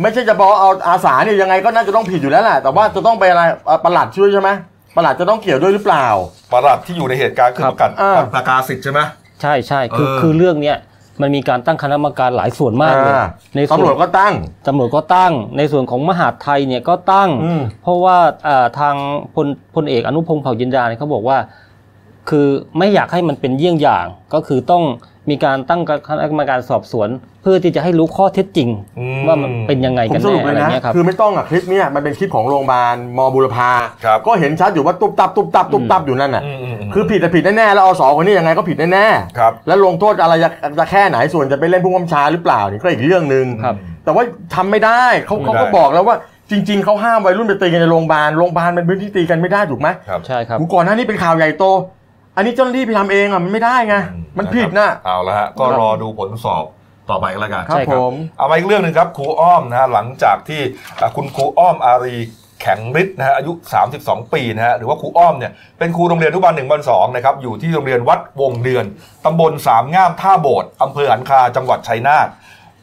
ไม่ใช่จะบอกเอาอาสาเนี่ยยังไงก็น่าจะต้องผิดอยู่แล้วแหละแต่ว่าจะต้องไปอะไรเอ่อประหลัดช่วยใช่ไหมประหลัดจะต้องเกี่ยวด้วยหรือเปล่า ประหลัดที่อยู่ในเหตุการณ์คือประกาศ อ่า ประกาศสิทธิ์ใช่ไหม ใช่ใช่คือ เออ คือเรื่องเนี้ยมันมีการตั้งคณะกรรมการหลายส่วนมากเลย อ่า ในส่ ตำร ว วน จก็ตั้ง ตำรวจก็ตั้ง ในส่วนของมหาดไทยเนี่ยก็ตั้ง อืม เพราะว่าเอ่อทางพลพลเอกอนุพงศ์เผ่าจินดาเนี่ยเขาบอกว่า คือไม่อยากให้มันเป็นเยี่ยงอย่าง ก็คือต้องมีการตั้งคณะกรรมการสอบสวน เพื่อที่จะให้รู้ข้อเท็จจริง อืม ว่ามันเป็นยังไง ผ กั มสนแน่ รุปเล อะ ย ไร นะ เงี้ยครับ คือไม่ต้องอ่ะคลิปเนี่ยมันเป็นคลิปของโรงพยาบาลมบุรพา ครับ ก็เห็นชัดอยู่ว่าตุ๊บตับตุ๊บตับตุ๊บตับอยู่นั่นน่ะ มมม คือผิดแต่ผิดแน่ๆแล้วอสคนนี้ยังไงก็ผิดแน่ๆ ครับ แล้วลงโทษอะไรจะจะแค่ไหนส่วนจะไปเล่นผู้กำชาหรือเปล่านี่ก็อีกเรื่องหนึ่ง ครับ แต่ว่าทำไม่ได้เขา ไม่ได้ เขาก็บอกแล้วว่าจริง ๆเขาห้ามวัยรุ่นไปตีกันในโรงพยาบาลโรงพยาบาลเป็นพื้นที่ตีกันไม่ได้ถูกไหม ครับ ใช่ครับ กูก่อนหน้านี้เป็นข่าวใหญ่โต อันนี้เจ้าหน้าที่ไปทำเองอ่ะมันไม่ได้ไง อื มันผิดครันะบเอาละฮะก็รอดูผลสอบต่อไปก็แล้วกัน ครับ ใช่ครับ ผม เอามาอีกเรื่องหนึ่งครับครูอ้อมนะฮะหลังจากที่อ่ะคุณครูอ้อมอารีแข็งฤทธิ์นะฮะอายุ 32 ปีนะฮะหรือว่าครูอ้อมเนี่ยเป็นครูโรงเรียนอนุบาลหนึ่งบันสองนะครับอยู่ที่โรงเรียนวัดวงเดือนตำบลสามง่ามท่าโบดอำเภอหันคาจังหวัดชัยนาท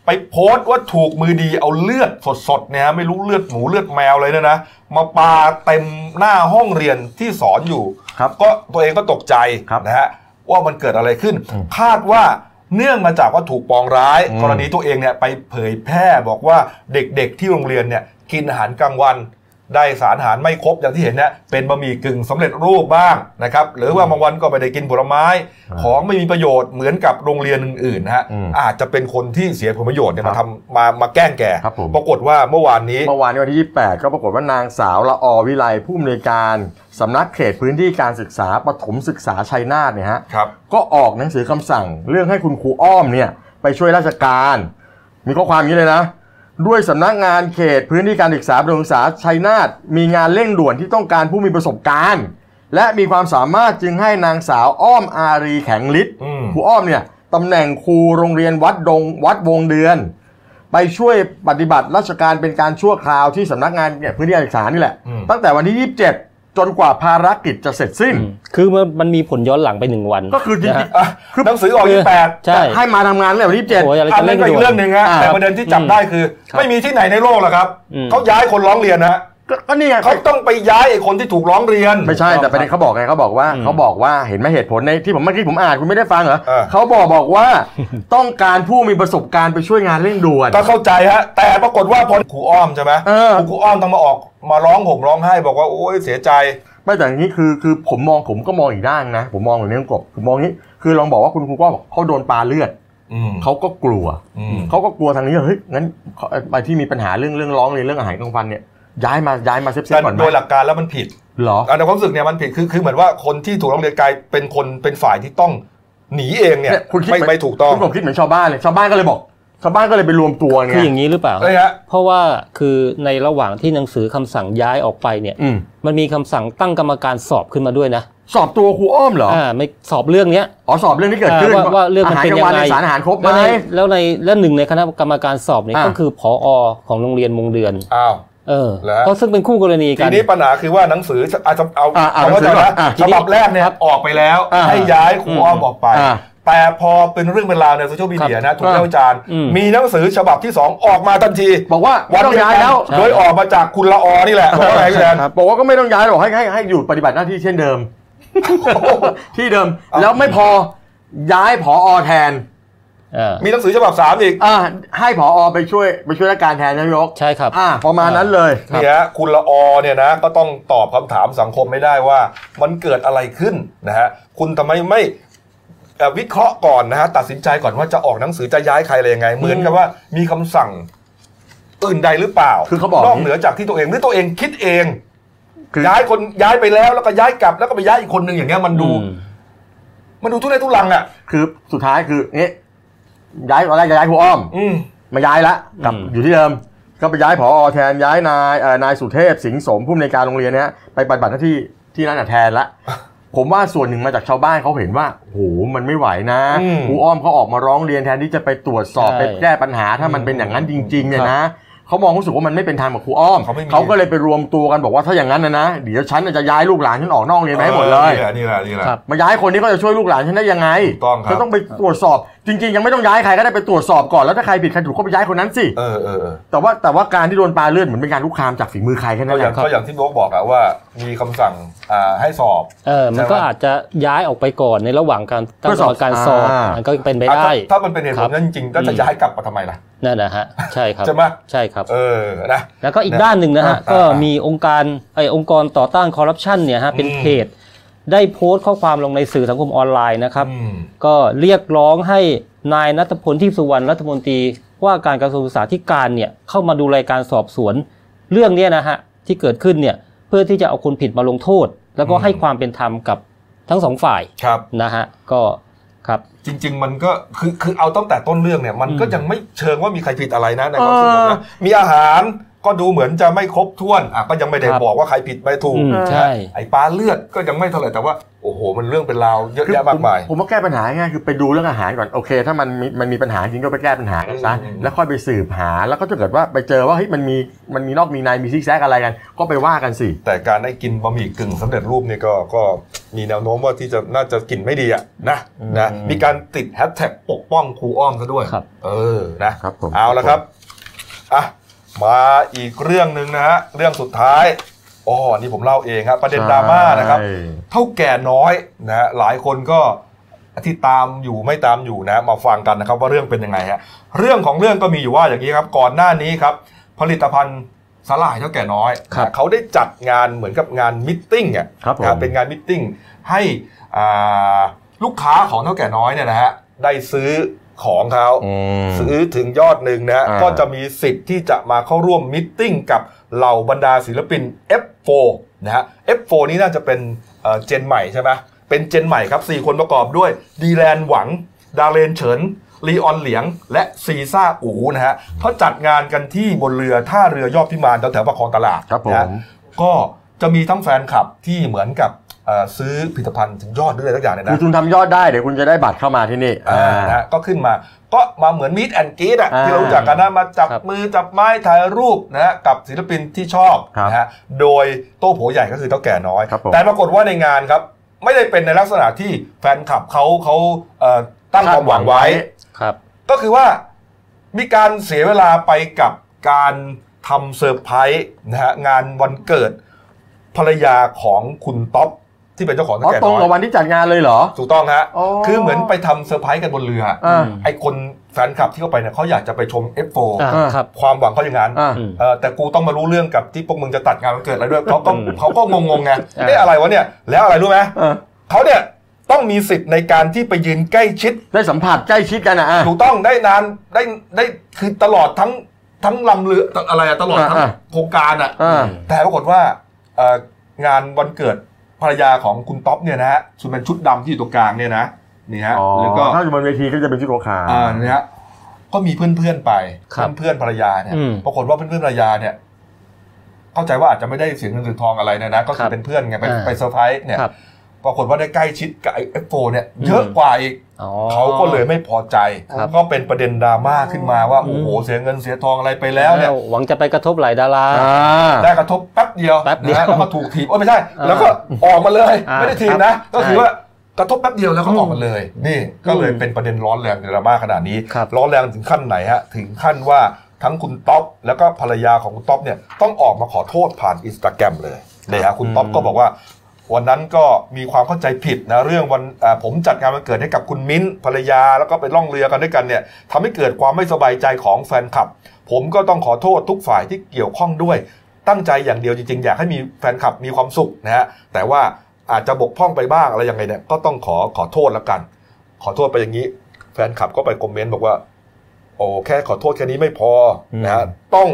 ไปโพสต์ว่าถูกมือดีเอาเลือดสดๆเนี่ยฮะไม่รู้เลือดหมูเลือดแมวอะไรเนี่ยนะมาปาเต็มหน้าห้องเรียนที่สอนอยู่ ครับ ก็ตัวเองก็ตกใจ ครับ นะฮะว่ามันเกิดอะไรขึ้น คาดว่าเนื่องมาจากว่าถูกปองร้าย อืม กรณีตัวเองเนี่ยไปเผยแพร่บอกว่าเด็กๆที่โรงเรียนเนี่ยกินอาหารกลางวัน ได้สารอาหารไม่ครบอย่างที่เห็นเนี่ยเป็นบะหมี่กึ่งสำเร็จรูปบ้างนะครับหรือว่าบางวันก็ไม่ได้กินผลไม้ ของไม่มีประโยชน์เหมือนกับโรงเรียนอื่นๆนะฮะ อืม อาจจะเป็นคนที่เสียผลประโยชน์เนี่ย ครั มา บ ทำมามาแกล้งแก่ ครับผม ปรากฏว่าเมื่อวานนี้ เมื่อวานนี้วันที่ 28 ก็ปรากฏว่านางสาวละออวิไลผู้อำนวยการสำนักเขตพื้นที่การศึกษาปฐมศึกษาชัยนาทเนี่ยฮะ ครับ ก็ออกหนังสือคำสั่งเรื่องให้คุณครูอ้อมเนี่ยไปช่วยราชการ มีข้อความอย่างนี้เลยนะ ด้วยสำนักงานเขตพื้นที่การศึกษาประถมศึกษาชัยนาทมีงานเร่งด่วนที่ต้องการผู้มีประสบการณ์ และมีความสามารถจึงให้นางสาวอ้อมอารีแข็งฤทธิ์ อืม ครูอ้อมเนี่ยตำแหน่งครูโรงเรียนวัดดงวัดวงเดือน ไปช่วยปฏิบัติราชการเป็นการชั่วคราวที่สำนักงานเนี่ยพื้นที่การศึกษานี่แหละ อืม ตั้งแต่วันที่ 27 จนกว่าภารกิจจะเสร็จสิ้น คือมันมันมีผลย้อนหลังไปหนึ่งวัน ก็คือจริง นะ ๆ ฮะ อ่ะหนังสือออกยี่แปด ใช่ ให้มาทำงานตั้งแต่วันที่เจ็ด โอ้ยอะไร อั จะ นนั้ เร่ น ง ก็อี ด่ ก ว เรื่อน งหนึ่งฮะ อ่า แต่ประเด็นที่จับได้คือ ครับ ไม่มีที่ไหนในโลกหรอกครับ อืม เขาย้ายคนร้องเรียนนะฮะ ก็ก็นี่ไง เขาต้องไปย้ายไอ้คนที่ถูกร้องเรียน ไม่ใช่แต่ประเด็นเขาบอกไงเขาบอกว่า อืม เขาบอกว่าเห็นไหมเหตุผลในที่ผมเมื่อกี้ผมอ่านคุณไม่ได้ฟังเหรอ เออ เขาบอกบอกว่า [LAUGHS] ต้องการผู้มีประสบการณ์ไปช่วยงานเร่งด่วน ก็เข้าใจฮะแต่ปรากฏว่าพอครูอ้อมใช่ไหม เออ ครูอ้อมต้องมาออกมาร้องห่มร้องไห้บอกว่าโอ๊ยเสียใจ ไม่แต่อย่างนี้คือคือผมมองผมก็มองอีกด้านนะ ผมมองอย่างนี้กบผมมองอย่างนี้ คือลองบอกว่าคุณครูก็บอกเขาโดนปลาเลือด อืม เขาก็กลัว อืม เขาก็กลัวทางนี้เฮ้ยงั้นเขาไปที่มีปัญหาเรื่องเรื่องร้องเรียนเรื่องอาหารกลางวันเนี่ยย้ายมาย้ายมาเซฟเซฟ แต่ ก่อนไหม โดยหลักการแล้วมันผิด เหรอ อันในความรู้สึกเนี่ยมันผิดคือคือเหมือนว่าคนที่ถูกร้องเรียนกลายเป็นคนเป็นฝ่ายที่ต้องหนีเองเนี่ย เนี่ยคุณคิด ไม่ เหอน ไม่ถูกต้อง คุณผมคิดเหมือนชาวบ้านเลยชาวบ้านก็เลยบอก ชาวบ้านก็เลยไปรวมตัวไง คืออย่างนี้หรือเปล่า เลยฮะ เพราะว่าคือในระหว่างที่หนังสือคำสั่งย้ายออกไปเนี่ย อืม มันมีคำสั่งตั้งกรรมการสอบขึ้นมาด้วยนะ สอบตัวครูอ้อมเหรอ อ่าไม่สอบเรื่องเนี้ย อ๋อสอบเรื่องที่เกิดขึ้น อ่าว่าว่าเรื่องมันเป็นยังไง อาหารกลางวันในสารอาหารครบไหม แล้วในแล้วในแล้วหนึ่งในคณะกรรมการสอบเนี่ย อ่า ก็คือผอของโรงเรียนมงเดือน อ้าว เออ เหรอฮะ ก็ซึ่งเป็นคู่กรณี ที กัน นี้ปัญหาคือว่าหนังสืออาจจะเอา อ่ะอ่ะ เอาว่า หนังสือก่อน นะ อ่ะ ฉบับแรกเนี่ยออกไปแล้ว อ่ะ ให้ย้ายครูอ้อม อืม ออกไป อ่ะ แต่พอเป็นเรื่องเป็นราวในโซเชียลมีเดียนะถูกวิพากษ์วิอ่ะจารณ์ อืม มีหนังสือฉบับที่ 2 ออกมาทันที บอกว่าไม่ต้อง เดี ย้ายแล้ว โดยออกมาจากคุณละออนี่แหละบอกว่าไงพี่แดน บอกว่าก็ไม่ต้องย้ายหรอกให้ให้ให้อยู่ปฏิบัติหน้าที่เช่นเดิม [LAUGHS] ที่เดิมแล้วไม่พอย้ายผอแทน เออ มีหนังสือฉบับสามอีก อ่าให้ผอไปช่วยไปช่วยราชการแทนนายก ใช่ครับ อ่าประมาณนั้นเลย ครับ เนี่ยคุณละออเนี่ยนะก็ต้องตอบคำถามสังคมไม่ได้ว่า มันเกิดอะไรขึ้นนะฮะคุณทำไมไม่เอ่อวิเคราะห์ก่อนนะฮะตัดสินใจก่อนว่าจะออกหนังสือจะย้ายใครอะไรยังไง เหมือนกับว่ามีคำสั่งอื่นใดหรือเปล่า คือเขาบอก นอกเหนือจากที่ตัวเองหรือตัวเองคิดเอง คือ ย้ายคนย้ายไปแล้วแล้วก็ย้ายกลับแล้วก็ไปย้ายอีกคนหนึ่งอย่างเงี้ยมันดู อืม มันดูทุเรศทุรังอ่ะ คือสุดท้ายคือเนี่ยย้ายตอนแรกจะย้ายครูอ้อม อืม ไมาย้ายละกลับ อืม อยู่ที่เดิม ก็ไปย้ายผอแทนย้ายนายเอ่อนายสุเทพสิงห์สมผู้อำนวยการโรงเรียนเนี้ยไปปฏิบัติหน้าที่ที่นั่นนะแทนละ ผมว่าส่วนหนึ่งมาจากชาวบ้านเขาเห็นว่าโหมันไม่ไหวนะ อืม ครูอ้อมเขาออกมาร้องเรียนแทนที่จะไปตรวจสอบ ใช่ ไปแก้ปัญหาถ้ามันเป็นอย่างนั้นจริงๆเนี่ยนะเขามองรู้สึกว่ามันไม่เป็นธรรมกับครูอ้อม เขาไม่มี ก็เลยไปรวมตัวกันบอกว่าถ้าอย่างนั้นนะนะเดี๋ยวฉันน่ะจะย้ายลูกหลานฉันออกนอกโรงเรียนไปให้หมดเลย นี่แหละนี่แหละนี่แหละ ครับ มาย้ายคนนี้ก็จะช่วยลูกหลานฉันได้ยังไง ถูกต้องครับ เธต้องไปตรวจสอบ จริง ๆ ยังไม่ต้องย้ายใครก็ได้ไปตรวจสอบก่อนแล้วถ้าใครผิดใครถูกก็ไปย้ายคนนั้นสิ เออเออเออ แต่ว่าแต่ว่าการที่โดนปลาเลือดเหมือนเป็นการลุกคามจากฝีมือใครแค่ ก็ นั้น อ แห ย่าง ละครับ ก็อย่างที่โบ๊คบอกอะว่ามีคำสั่งอ่าให้สอบ เออมัน ใช่ไหม ก็อาจจะย้ายออกไปก่อนในระหว่างการตั้งกรรมการสอบ อ่ามั มันก็เป็นไป อ่ะถ้า ได้ ถ้ามันเป็นเหตุผล ครับ นั้นจริงๆก็จะ อืม ย้ายกลับมาทำไมล่ะ นั่นนะฮะใช่ครับ ใช่ไหม ใช่ครับ เออนะ แล้วก็อีกด้านหนึ่งนะฮะ อ่า ก็ อ่า มีองค์การไอองค์กรต่อต้านคอร์รัปชันเนี่ยฮะ เป็น อืม เพจ ได้โพสต์ข้อความลงในสื่อสังคมออนไลน์นะครับ อืม ก็เรียกร้องให้นายนัทพลทิพย์สุวรรณรัฐมนตรี ว่าการกระทรวงศึกษาธิการเนี่ยเข้ามาดูรายการสอบสวน เรื่องเนี้ยนะฮะ ที่เกิดขึ้นเนี่ยเพื่อที่จะเอาคนผิดมาลงโทษ แล้วก็ อืม ให้ความเป็นธรรมกับทั้งสองฝ่าย ครับ นะฮะก็ครับ จริง ๆ มันก็คือคือเอาตั้งแต่ต้นเรื่องเนี่ย มันก็ อืม ยังไม่เชิงว่ามีใครผิดอะไรนะในความรู้สึกผม เออ นะมีอาหารก็ดูเหมือนจะไม่ครบถ้วนอ่ะก็ยังไม่ได้บอกว่าใครผิดไม่ถูก อืม นะ ใช่ ไอ้ปลาเลือดก็ยังไม่เท่าไหร่แต่ว่าโอ้โหมันเรื่องเป็นราวเยอะ คือ แยะมากมาย ผมผมว่าแก้ปัญหาง่ายคือไปดูเรื่องอาหารก่อนโอเค ถ้ามันมีมันมีปัญหาจริงก็ไปแก้ปัญหากันซะ อืม แล้วค่อยไปสืบหาแล้วก็ถ้าเกิดว่าไปเจอว่าเฮ้ยมันมีมันมีนอกมีในมีซิกแซกอะไรกัน ก็ไปว่ากันสิ แต่การได้กินบะหมี่กึ่งสำเร็จรูปเนี่ยก็ก็มีแนวโน้มว่าที่จะน่าจะกินไม่ดีอะนะนะมีการติดแฮชแท็กปกป้องครูอ้อมซะด้วย ครับ เออนะครับ ผม เอาละครับอ่ะมาอีกเรื่องหนึ่งนะฮะเรื่องสุดท้ายอ๋อนี่ผมเล่าเองครับประเด็นดราม่านะครับ ใช่ เท่าแก่น้อยนะฮะหลายคนก็ที่ตามอยู่ไม่ตามอยู่นะ มาฟังกันนะครับว่าเรื่องเป็นยังไงฮะเรื่องของเรื่องก็มีอยู่ว่าอย่างนี้ครับ ก่อนหน้านี้ครับ ผลิตภัณฑ์สลายเท่าแก่น้อย ครับ เขาได้จัดงานเหมือนกับงานมิทติ้งอ่ะ ครับผม นะฮะเป็นงานมิทติ้งให้อ่าลูกค้าของเท่าแก่น้อยเนี่ยนะฮะได้ซื้อของเขา อืม ซื้อถึงยอดหนึ่งนะฮะ อ่า ก็จะมีสิทธิ์ที่จะมาเข้าร่วมมิทติ้งกับเหล่าบรรดาศิลปิน F4 นะฮะ F4 นี้น่าจะเป็นเอ่อเจนใหม่ใช่ไหมเป็นเจนใหม่ครับ 4 คนประกอบด้วยดีแลนหวัง ดาเลนเฉินลีออนเหลียง และซีซ่าอูนะฮะเขาจัดงานกันที่บนเรือท่าเรือยอดพิมานแถวๆประคองตลาด ครับผ นะฮะ ม ก็จะมีทั้งแฟนคลับที่เหมือนกับเอ่อซื้อผลิตภัณฑ์ถึงยอดหรืออะไรสักอย่างเนี่ย คือ นะ คุณทำยอดได้เดี๋ยวคุณจะได้บัตรเข้ามาที่นี่ อ่านะ อ่า ฮะก็ขึ้นมาก็มาเหมือนมีดแอนกีดอ่ะ อ่า ที่เรารู้จักกันนะมาจับ ครับ มือจับไม้ถ่ายรูปนะฮะกับศิลปินที่ชอบ ครับ นะฮะโดยโต้โผใหญ่ก็คือเต้าแก่น้อย ครับผม แต่ปรากฏว่าในงานครับ ไม่ได้เป็นในลักษณะที่แฟนคลับเขาเขาเอ่อตั้งความหวังไว้ คาดหวังไว้ ครับ ก็คือว่ามีการเสียเวลาไปกับการทำเซอร์ไพรส์นะฮะงานวันเกิดภรรยาของคุณท็อปที่เป็นเจ้าของ อ๋ เต้า อ แก่ ตรง น้อ กับ ย วันที่จัดงานเลยเหรอ ถูกต้องฮะ อ๋อ คือเหมือนไปทำเซอร์ไพรส์กันบนเรือ อ่า ไอคนแฟนคลับที่เข้าไปเนี่ยเขาอยากจะไปชม F4 อ่า อ่า ครับ ความหวังเขาอย่างนั้น อ่า อืม เออแต่กูต้องมารู้เรื่องกับที่พวกมึงจะตัดงานวันเกิดอะไรด้วยเขาก็ อืม เขาก็งงๆไง อ่า เอ๊ะอะไรวะเนี่ย แล้วอะไรรู้ไหม อ่า เขาเนี่ยต้องมีสิทธิ์ในการที่ไปยืนใกล้ชิด ได้สัมผัสใกล้ชิดกันนะอ่ะ ถูกต้องได้นานได้ได้คือตลอดทั้งทั้งลำเรืออะไรอะตลอดทั้ง อ่า โครงการอะ อ่า แต่ปรากฏว่าเอ่องานวันเกิดภรรยาของคุณท็อปเนี่ยนะฮะชุดเป็นชุดดำที่อยู่ตรงกลางเนี่ยนะนี่ฮะ อ๋อ แล้วก็ ถ้าอยู่บนเวทีก็จะเป็นชุดโกขาว อ่าเนี่ยฮะก็มีเพื่อนๆไป ครับ เพื่อนๆภรรยาเนี่ย อืม ปรากฏว่าเพื่อนๆภรรยาเนี่ยเข้าใจว่าอาจจะไม่ได้เสียเงินเสียทองอะไรเนยนะก็ ค คื รั อบ เป็นเพื่อนไงไป อ่า ไปเซอร์ไพรส์เนี่ย ครับ ปรากฏว่าได้ใกล้ชิดกับไอ้โฟเนี่ย อืม เยอะกว่าอีก อ๋อ เขาก็เลยไม่พอใจ ครับ ก็เป็นประเด็นดราม่าขึ้นมาว่าโอ้โหเสียเงินเสียทองอะไรไปแล้วเนี่ย หวังจะไปกระทบหลายดารา อ่า ได้กระทบแป๊บเดียว แป๊บเดียว นะแล้วก็ถูกถีบโอ้ยไม่ใช่ อ่า แล้วก็ออกมาเลย อ่า ไม่ได้ถีบนะ ครับ ก็คือว่ากระทบแป๊บเดียวแล้วก็ออกมาเลย นี่ก็เลยเป็นประเด็นร้อนแรงในดราม่าขนาดนี้ ครับ ร้อนแรงถึงขั้นไหนฮะ ถึงขั้นว่าทั้งคุณต๊อปแล้วก็ภรรยาของคุณต๊อปเนี่ยต้องออกมาขอโทษผ่านอินสตาแกรมเลยนี่ฮะคุณต๊อปก็บอกว่า วันนั้นก็มีความเข้าใจผิดนะเรื่องวันอ่าผมจัดงานวันเกิดให้กับคุณมิ้นท์ภรรยาแล้วก็ไปล่องเรือกันด้วยกันเนี่ยทำให้เกิดความไม่สบายใจของแฟนคลับ ผมก็ต้องขอโทษทุกฝ่ายที่เกี่ยวข้องด้วย ตั้งใจอย่างเดียวจริงๆ อยากให้มีแฟนคลับมีความสุขนะฮะแต่ว่าอาจจะบกพร่องไปบ้างอะไรยังไงเนี่ยก็ต้องขอขอโทษแล้วกัน ขอโทษไปอย่างนี้ แฟนคลับก็ไปคอมเมนต์บอกว่า โอ้แค่ขอโทษแค่นี้ไม่พอนะฮะต้อง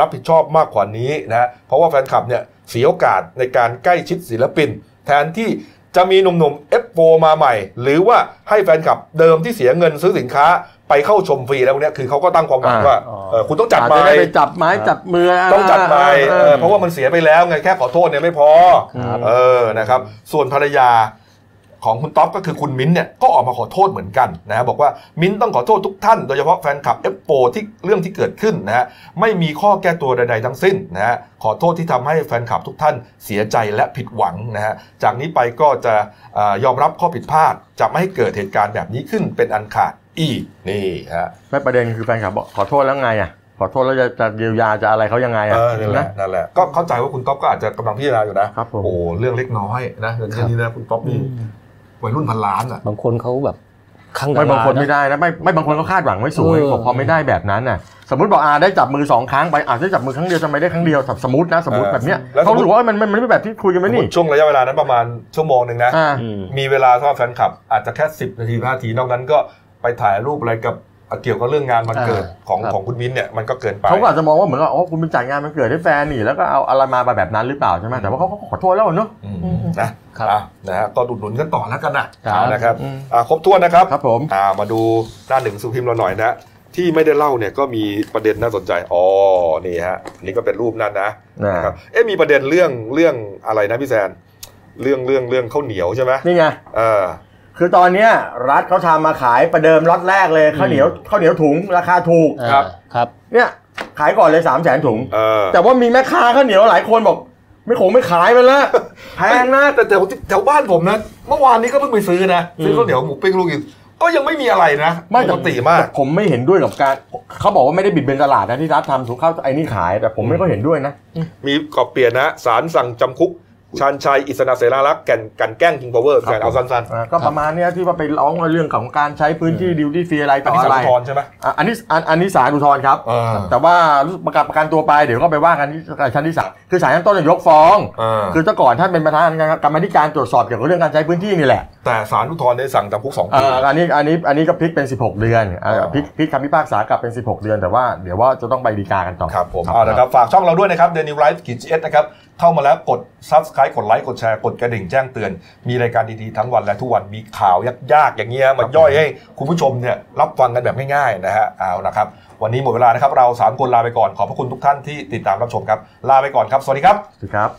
รับผิดชอบมากกว่านี้นะฮะเพราะว่าแฟนคลับเนี่ยเสียโอกาสในการใกล้ชิดศิลปิน แทนที่จะมีหนุ่มๆ F4 มาใหม่ หรือว่าให้แฟนคลับเดิมที่เสียเงินซื้อสินค้าไปเข้าชมฟรีแล้วเนี่ยคือเขาก็ตั้งความหวังว่า อ่า เออคุณต้องจัด อาจ ไป จะได้ไปจับไม้จับมือ ต้องจัดไป เอ เอ อ อเพราะว่ามันเสียไปแล้วไงแค่ขอโทษเนี่ยไม่พอ ครับ เออนะครับ ส่วนภรรยาของคุณต๊อปก็คือคุณมิ้นท์เนี่ยก็ออกมาขอโทษเหมือนกันนะฮะบอกว่ามิ้นท์ต้องขอโทษทุกท่านโดยเฉพาะแฟนคลับเอฟโปที่เรื่องที่เกิดขึ้นนะฮะไม่มีข้อแก้ตัวใดๆทั้งสิ้นนะฮะขอโทษที่ทำให้แฟนคลับทุกท่านเสียใจและผิดหวังนะฮะจากนี้ไปก็จะเอ่อยอมรับข้อผิดพลาดจะไม่ให้เกิดเหตุการณ์แบบนี้ขึ้นเป็นอันขาดอีกนี่ฮะ ไม่ประเด็นคือแฟนคลับบอกขอโทษแล้วไงอ่ะขอโทษแล้วจะจะเยียวยาจะอะไรเขายังไงอ่ะ เออนั่นแหละ นะ นั่นแหละก็เข้าใจว่าคุณต๊อปก็อาจจะกำลังพิจารณาอยู่นะ ครับผม โอ้โหเรื่องเล็กน้อยนะเงินแค่นี้นะคุณป๊อปนี่วัยรุ่นพันล้านอ่ะ บางคนเขาแบบข้างดา ไม่ รา บางคน นะ ไม่ได้นะไม่ไม่บางคนก็คาดหวังไว้สูง เออ บอกพอไม่ได้แบบนั้นน่ะสมมติบอกอาได้จับมือสองครั้งไปอาจจะได้จับมือครั้งเดียวทำไมได้ครั้งเดียวสมมตินะสมมติ เออ แบบเนี้ย แล้วสมมุติ เขารู้สึกว่ามันมันมันไม่แบบที่คุยกันไหมนี่ ช่วงระยะเวลานั้นประมาณชั่วโมงหนึ่งนะ อ่า อืม มีเวลาสำหรับแฟนคลับ อาจจะแค่ 10 นาที5นาที นอกนั้นก็ไปถ่ายรูปอะไรกับเกี่ยวกับเรื่องงานวันเกิด อ่า ของ ครับ ของคุณมิ้นท์เนี่ยมันก็เกินไป เขาก็อาจจะมองว่าเหมือนกับอ๋อคุณเป็นจ่ายงานมันเกิดให้แฟนนี่แล้วก็เอาอะไรมาแบบนั้นหรือเปล่าใช่ไหมแต่ว่าเขาก็ขอโทษแล้วเนอะ อืมนะครับ อ่ะนะฮะก็ดุดหนุนกันต่อแล้วกันนะครับ นะครับ อืม อ่ะครบถ้วนนะครับ ครับผม อ่ามาดูหน้าหนึ่งสุพิมพ์เราหน่อยนะ ที่ไม่ได้เล่าเนี่ยก็มีประเด็นน่าสนใจอ๋อนี่ฮะอันนี่ก็เป็นรูปนั่นนะ อ่าน ครับเอ๊ะมีประเด็นเรื่องเรื่องอะไรนะพี่แซนเรื่องเรื่องเรื่องข้าวเหนียวใช่ไหม นี่ไง เออ คือตอนเนี้ยรัฐเขาทำมาขายประเดิมล็อตแรกเลยข้าวเหนียวข้าวเหนียวถุงราคาถูก อ่า ครับ ครับ เนี่ยขายก่อนเลย3 0 0 0 0 0ถุง เออ แต่ว่ามีแม่ค้าข้าวเหนียวหลายคนบอก ไม่คงไม่ขายไป [LAUGHS] แล้วแพงนะ แต่แต่แถวบ้านผมนะเมื่อวานนี้ก็เพิ่งไปซื้อนะซื้อข้าวเหนียวหมูปิ้งลูกอินก็ยังไม่มีอะไรนะ ไม่ ป แต่ กติมาก แต่ผมไม่เห็นด้วยกับการเขาบอกว่าไม่ได้บิดเบือนตลาดนะที่รัฐทำถุงข้าวไอ้นี่ขาย แต่ผมไม่ก็เห็นด้วยนะ มีกรอบเปลี่ยนนะสารสั่งจำคุกชานชัยอิสนาเสนารักษ์แก่นกันแกล้งคิงพาวเวอร์ ครับ แก่นเอาสั้น อ่าก็ประมาณเนี้ยที่ว่าไปร้องเรื่องของการใช้พื้นที่ดิวตี้ฟรีอะไร ๆอั ต่ น อ นี้ อะ สา ไร รพรใช่ไหม อ่ะอันนี้อันอันนี้ศาลอุทธรณ์ครับ เออ แต่ว่าประกาศประกันตัวไปเดี๋ยวก็ไปว่ากันที่ชั้นที่ศาลคือศาลชั้นต้นยกฟ้อง เออ คือเจ้าก่อนท่านเป็นประธานกรรมาธิการตรวจสอบเกี่ยวกับเรื่องการใช้พื้นที่นี่แหละ แต่สารอุทธรณ์ได้สั่งจำคุกสองปี อ่าอันนี้อันนี้อันนี้ก็พลิกเป็น 16 เดือนอ่า อ๋อ พลิกพลิกคำพิพากษากลับเป็น 16 เดือน แต่ว่าเดี๋ยวว่าจะต้องไปฎีกากันต่อ ครับผมเอาละครับ ฝากช่องเราด้วยนะครับ The New Life กิจเอสนะครับ เข้ามาแล้วกด Subscribe กดไลค์กดแชร์กดกระดิ่งแจ้งเตือน มีรายการดี ๆ ทั้งวันและทุกวันมีข่าวยาก ๆ อย่างเงี้ยมาย่อยให้คุณผู้ชมเนี่ยรับฟังกันแบบง่าย ๆ นะฮะเอานะครับ วันนี้หมดเวลานะครับ เรา 3 คนลาไปก่อนขอบพระคุณทุกท่านที่ติดตามรับชมครับ ลาไปก่อนครับ สวัสดีครับ สวัสดีครับ